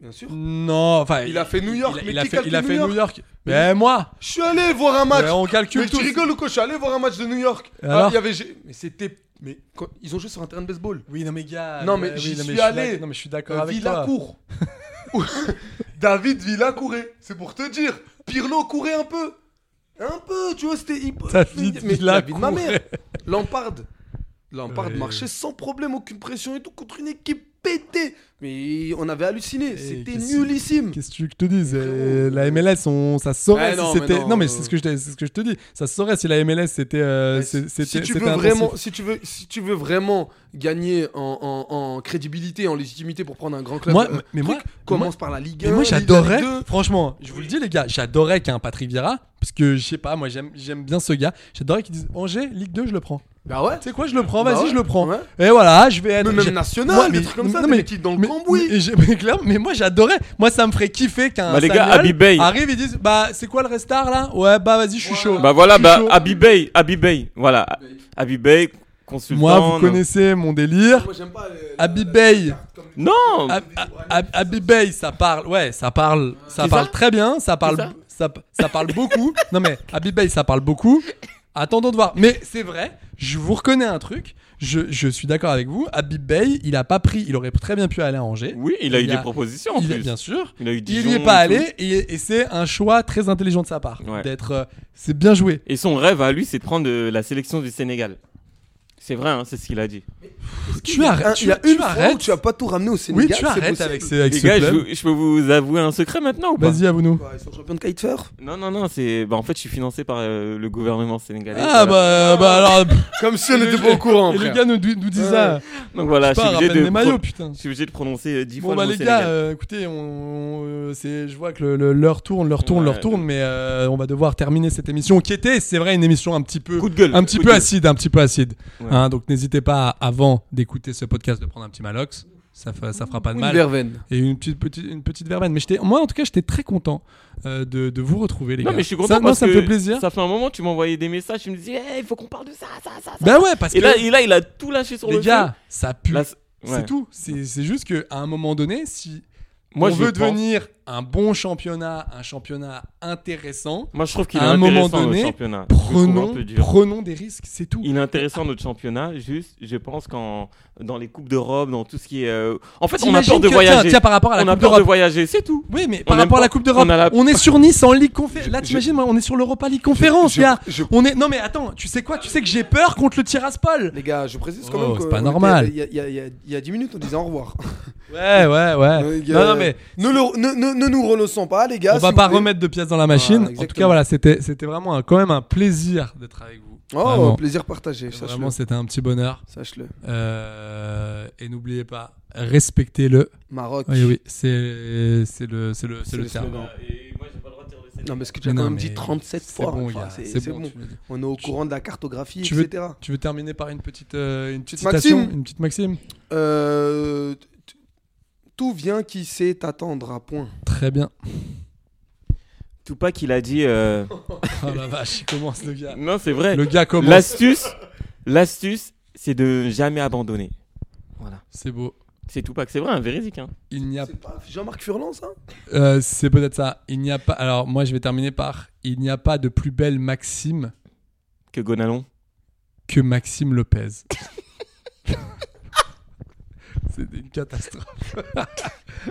S10: Bien sûr.
S9: Non, enfin.
S10: Il a fait New York,
S9: Il,
S10: mais
S9: il a
S10: qui
S9: fait, il a
S10: calcule
S9: fait
S10: New
S9: New York. Mais moi
S10: Je suis allé voir un match.
S9: ouais, On
S10: Mais
S9: calcule
S10: tu
S9: tout.
S10: rigoles ou quoi Je suis allé voir un match de New York.
S9: Et alors
S10: Ah, il y avait... G- Mais c'était. Mais quand- ils ont joué sur un terrain de baseball.
S9: Oui, non, mais gars.
S10: Non,
S9: ouais,
S10: mais
S9: oui,
S10: j'y
S9: non,
S10: suis
S9: je d'ac-
S10: allé.
S9: Non, mais je suis
S10: Euh,
S9: d'accord avec toi.
S10: Villacourt. David Villacourait, c'est pour te dire. Pirlo courait un peu. Un peu, tu vois, c'était hyper.
S9: David
S10: mais la vie de ma
S9: Villacourait.
S10: mère. Lampard. Lampard
S9: Ouais.
S10: marchait sans problème, aucune pression et tout, contre une équipe pétée. Mais on avait halluciné, c'était
S9: Eh, qu'est-ce-
S10: nullissime.
S9: Qu'est-ce que tu veux que je te dise euh, La MLS, on, ça se saurait
S10: Ouais,
S9: si
S10: non, mais
S9: c'était.
S10: non,
S9: Non, mais
S10: euh,
S9: c'est ce que je, te- c'est ce que je te dis. Ça se saurait si la MLS c'était. euh,
S10: Ouais,
S9: c'est-
S10: si-
S9: c'était-
S10: si tu
S9: c'était
S10: veux
S9: intensif.
S10: vraiment, si tu veux, si tu veux vraiment gagner en, en- en crédibilité, en légitimité pour prendre un grand club,
S9: Moi,
S10: euh,
S9: mais moi-
S10: commence par la Ligue 1.
S9: Et moi
S10: Ligue- la Ligue
S9: j'adorais,
S10: 2.
S9: franchement, je vous le dis les gars, j'adorais qu'il y ait un Patrick Vieira, parce que je sais pas, moi j'aime j'aime bien ce gars, j'adorais qu'ils disent Angers, Ligue 2, je le prends.
S10: Bah ouais.
S9: Tu sais quoi, je le prends,
S10: Bah
S9: vas-y,
S10: ouais,
S9: je le prends.
S10: ouais.
S9: Et voilà, je vais être.
S10: Mais même
S9: j'ai-
S10: national, des trucs comme ça, des mecs qui dans le
S9: mais-
S10: cambouis.
S9: Mais, j'ai- mais clairement, mais moi j'adorais, moi ça me ferait kiffer qu'un.
S6: Bah, les gars,
S9: Sagnol
S6: Habib Bey.
S9: Arrive, ils disent, bah c'est quoi le restart là Ouais, bah vas-y, je suis chaud.
S6: Bah voilà,
S9: Je suis
S6: bah
S9: chaud.
S6: Abi Bey, Abi Bey, voilà, Abi Bey, consultant.
S9: Moi, vous
S6: non.
S9: connaissez mon délire.
S10: Moi j'aime pas. les- la-
S9: Habib
S10: la-
S9: Bey.
S6: Non,
S9: Ab- Ab- Abi Bey, ça parle, ouais, ça parle, ça parle très bien, ça parle, ça, ça parle beaucoup. non mais Abi Bey, ça parle beaucoup. Attendons de voir. Mais c'est vrai, je vous reconnais un truc. Je, je suis d'accord avec vous. Habib Bey, il a pas pris. Il aurait très bien pu aller à Angers.
S6: Oui, il a eu
S9: Il
S6: des
S9: a-
S6: propositions en
S9: Il-
S6: plus.
S9: Bien sûr.
S6: Il a eu
S9: Il
S6: Dijon
S9: n'y est pas
S6: et tout.
S9: allé et, et c'est un choix très intelligent de sa part.
S6: Ouais.
S9: D'être, euh, c'est bien joué.
S6: Et son rêve à lui, c'est de prendre euh, la sélection du Sénégal. C'est vrai, hein, c'est ce qu'il a dit.
S9: Tu arrêtes.
S10: Un-
S9: tu-
S10: Il y a
S9: tu
S10: une fois où
S9: arrêtes.
S10: tu as pas tout ramené au
S9: Oui,
S10: Sénégal.
S9: tu
S10: c'est
S9: arrêtes
S10: possible.
S9: avec, ces- avec
S6: Les
S9: ce
S6: gars, je,
S9: club.
S6: vous- je peux vous avouer un secret maintenant ou pas
S9: Vas-y, avoue-nous.
S10: Quoi, Ils sont champions de kitesurf
S6: Non, non, non, c'est. Bah, en fait, je suis financé par euh, le gouvernement sénégalais.
S9: Ah
S6: voilà.
S9: bah, bah alors. pff,
S10: Comme si on
S9: le-
S10: n'était pas au courant.
S9: Et le
S10: frère.
S9: gars nous, nous dit
S10: Ouais.
S9: ça.
S6: Donc voilà, je
S9: pas,
S6: suis Ah, obligé
S9: rappelle
S6: de.
S9: les maillots,
S6: pro-
S9: putain.
S6: Je suis obligé de prononcer euh, dix
S9: Bon
S6: fois
S9: bah
S6: le
S9: les
S6: mot
S9: gars,
S6: Sénégal.
S9: euh, écoutez, on, on- c'est, je vois que le, le- l'heure tourne, l'heure tourne,
S6: Ouais.
S9: l'heure tourne, mais euh, on va devoir terminer cette émission qui était, c'est vrai, une émission un petit peu,
S6: Coup de gueule.
S9: euh, un petit
S6: coup
S9: peu
S6: de gueule.
S9: acide, un petit peu acide.
S6: Ouais.
S9: Hein, donc n'hésitez pas avant d'écouter ce podcast de prendre un petit malox, ça, fa- ça fera pas de
S10: Ou
S9: mal.
S10: une verveine.
S9: Et une petite, petite, une petite verveine. Mais j'étais, moi en tout cas, j'étais très content euh, de, de vous retrouver les
S6: Non,
S9: gars.
S6: mais je suis content
S9: ça, moi,
S6: parce
S9: ça me
S6: que
S9: fait plaisir.
S6: Ça fait un moment, tu m'envoyais des messages, tu me disais, Eh, il faut qu'on parle de ça, ça, ça. ça.
S9: Bah ouais, parce
S6: et,
S9: que
S6: là, et là, il a tout lâché sur
S9: les
S6: le
S9: gars,
S6: feu.
S9: ça pue.
S6: Là, ouais.
S9: C'est tout. C'est, c'est juste que à un moment donné, si
S6: Moi,
S9: on
S6: je
S9: veut
S6: pense-
S9: devenir un bon championnat, un championnat intéressant.
S6: Moi, je trouve qu'il est
S9: à un moment
S6: intéressant
S9: donné,
S6: notre championnat. Je le trouve un
S9: Prenons,
S6: peu dur.
S9: prenons des risques, c'est tout.
S6: Il est intéressant notre championnat, juste je pense qu'en dans les coupes d'Europe, dans tout ce qui est euh, en fait on a
S9: T'imagines
S6: peur de
S9: que-
S6: voyager.
S9: Tiens, tiens, par rapport à la
S6: on a
S9: Coupe
S6: peur de
S9: d'Europe.
S6: voyager, c'est tout.
S9: Oui, mais
S6: On
S9: par
S6: aime
S9: rapport à
S6: pas-
S9: la Coupe d'Europe, on,
S6: on a la-
S9: est sur Nice en Ligue Conférence. Là,
S6: je-
S9: t'imagines, moi, on est sur l'Europa League Conférence,
S10: je-
S9: gars.
S10: je-
S9: On est... Non, mais attends, tu sais quoi Tu sais que j'ai peur contre le Tiraspol.
S10: Les gars, je précise
S9: Oh,
S10: quand même
S9: c'est
S10: que-
S9: pas
S10: on
S9: normal.
S10: était- Il y a- il y, a- il y a- il y a 10 minutes, on disait au revoir.
S9: Ouais, ouais, ouais.
S10: Euh, Les gars,
S9: Ah, Non, non, mais
S10: Ne, le- ne- ne- ne nous relançons pas, les gars.
S9: on va
S10: s'il
S9: pas
S10: vous plaît.
S9: remettre de pièces dans la machine.
S10: Voilà,
S9: en tout cas,
S10: exactement.
S9: voilà, c'était c'était vraiment un- quand même un plaisir d'être avec vous.
S10: Oh,
S9: Vraiment.
S10: plaisir partagé. Sache-le.
S9: Vraiment, c'était un petit bonheur.
S10: Sache-le.
S9: Euh, et n'oubliez pas, respectez-le.
S10: Maroc.
S9: Oui, oui, c'est c'est le, c'est le, c'est
S10: C'est
S9: le
S10: le
S9: terme.
S10: slogan. Non, mais ce que tu
S9: Mais
S10: as
S9: non,
S10: quand même
S9: mais
S10: dit 37
S9: c'est
S10: fois.
S9: bon,
S10: Enfin,
S9: gars,
S10: c'est
S9: c'est
S10: c'est
S9: bon,
S10: bon.
S9: tu l'as dit.
S10: On est au courant de la cartographie,
S9: Tu veux-
S10: etc.
S9: Tu veux terminer par une petite, euh, une petite
S10: Petite
S9: citation,
S10: maxime.
S9: une petite maxime.
S10: Euh, t- t- tout vient qui sait attendre à point.
S9: Très bien.
S6: Tupac il a dit euh,
S9: Oh la vache, il commence le gars.
S6: non, c'est vrai.
S9: Le gars commence.
S6: L'astuce l'astuce c'est de jamais abandonner.
S9: C'est beau.
S6: C'est Tupac, c'est vrai, un véridique hein.
S9: Il n'y a,
S10: C'est pas Jean-Marc Furlan, ça
S9: euh, c'est peut-être ça. Il n'y a pas. Alors moi, je vais terminer par. Il n'y a pas de plus belle maxime
S6: que Gonalon.
S9: que Maxime Lopez. c'est une catastrophe.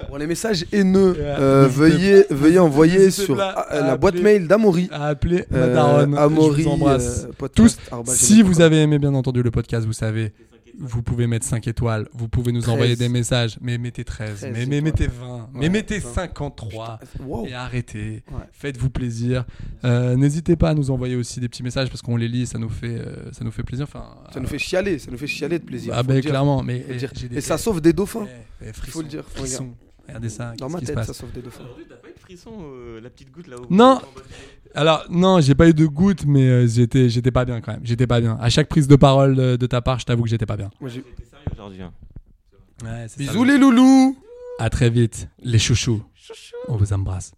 S10: Pour les messages haineux,
S9: Ouais.
S10: euh, veuillez, veuillez envoyer
S9: n'hésitez
S10: sur
S9: pas
S10: ah,
S9: à
S10: la boîte
S9: appeler-
S10: mail d'Amaury.
S9: À appeler ma
S10: Euh,
S9: daronne.
S10: Amaury,
S9: je vous embrasse.
S10: euh, podcast,
S9: Tous,
S10: arobase
S9: Si
S10: gmail.com.
S9: vous avez aimé, bien entendu, le podcast, vous savez, vous pouvez mettre 5 étoiles, vous pouvez nous
S10: 13.
S9: envoyer des messages, mais mettez 13,
S10: 13
S9: mais, mais
S10: étoiles.
S9: mettez 20, mais
S10: Ouais,
S9: mettez
S10: putain.
S9: 53.
S10: Wow.
S9: Et arrêtez,
S10: Ouais.
S9: faites-vous plaisir. Euh, N'hésitez pas à nous envoyer aussi des petits messages parce qu'on les lit, ça nous fait, euh, ça nous fait plaisir. Enfin,
S10: Ça
S9: euh,
S10: nous fait chialer, ça nous fait chialer de plaisir.
S9: ah
S10: faut
S9: ben
S10: le dire,
S9: clairement, mais
S10: faut le dire.
S9: j'ai des-
S10: Et ça sauve des dauphins.
S9: Eh, eh, frissons,
S10: Faut le dire, faut le dire.
S9: frissons. Regardez ça,
S10: Dans
S9: qu'est-ce
S10: ma
S9: qui se
S10: tête,
S9: passe
S10: ça sauve des dauphins.
S6: T'as pas eu de frisson euh, la petite goutte là-haut.
S9: Non. Alors non, j'ai pas eu de goutte, mais euh, j'étais, j'étais pas bien quand même. J'étais pas bien. À chaque prise de parole euh, de ta part, je t'avoue que j'étais pas bien.
S10: Moi, j'ai-
S6: J'étais sérieux aujourd'hui. hein.
S9: Ouais, c'est ça,
S10: Bisous les loulous
S9: À très vite, les chouchous. On vous embrasse.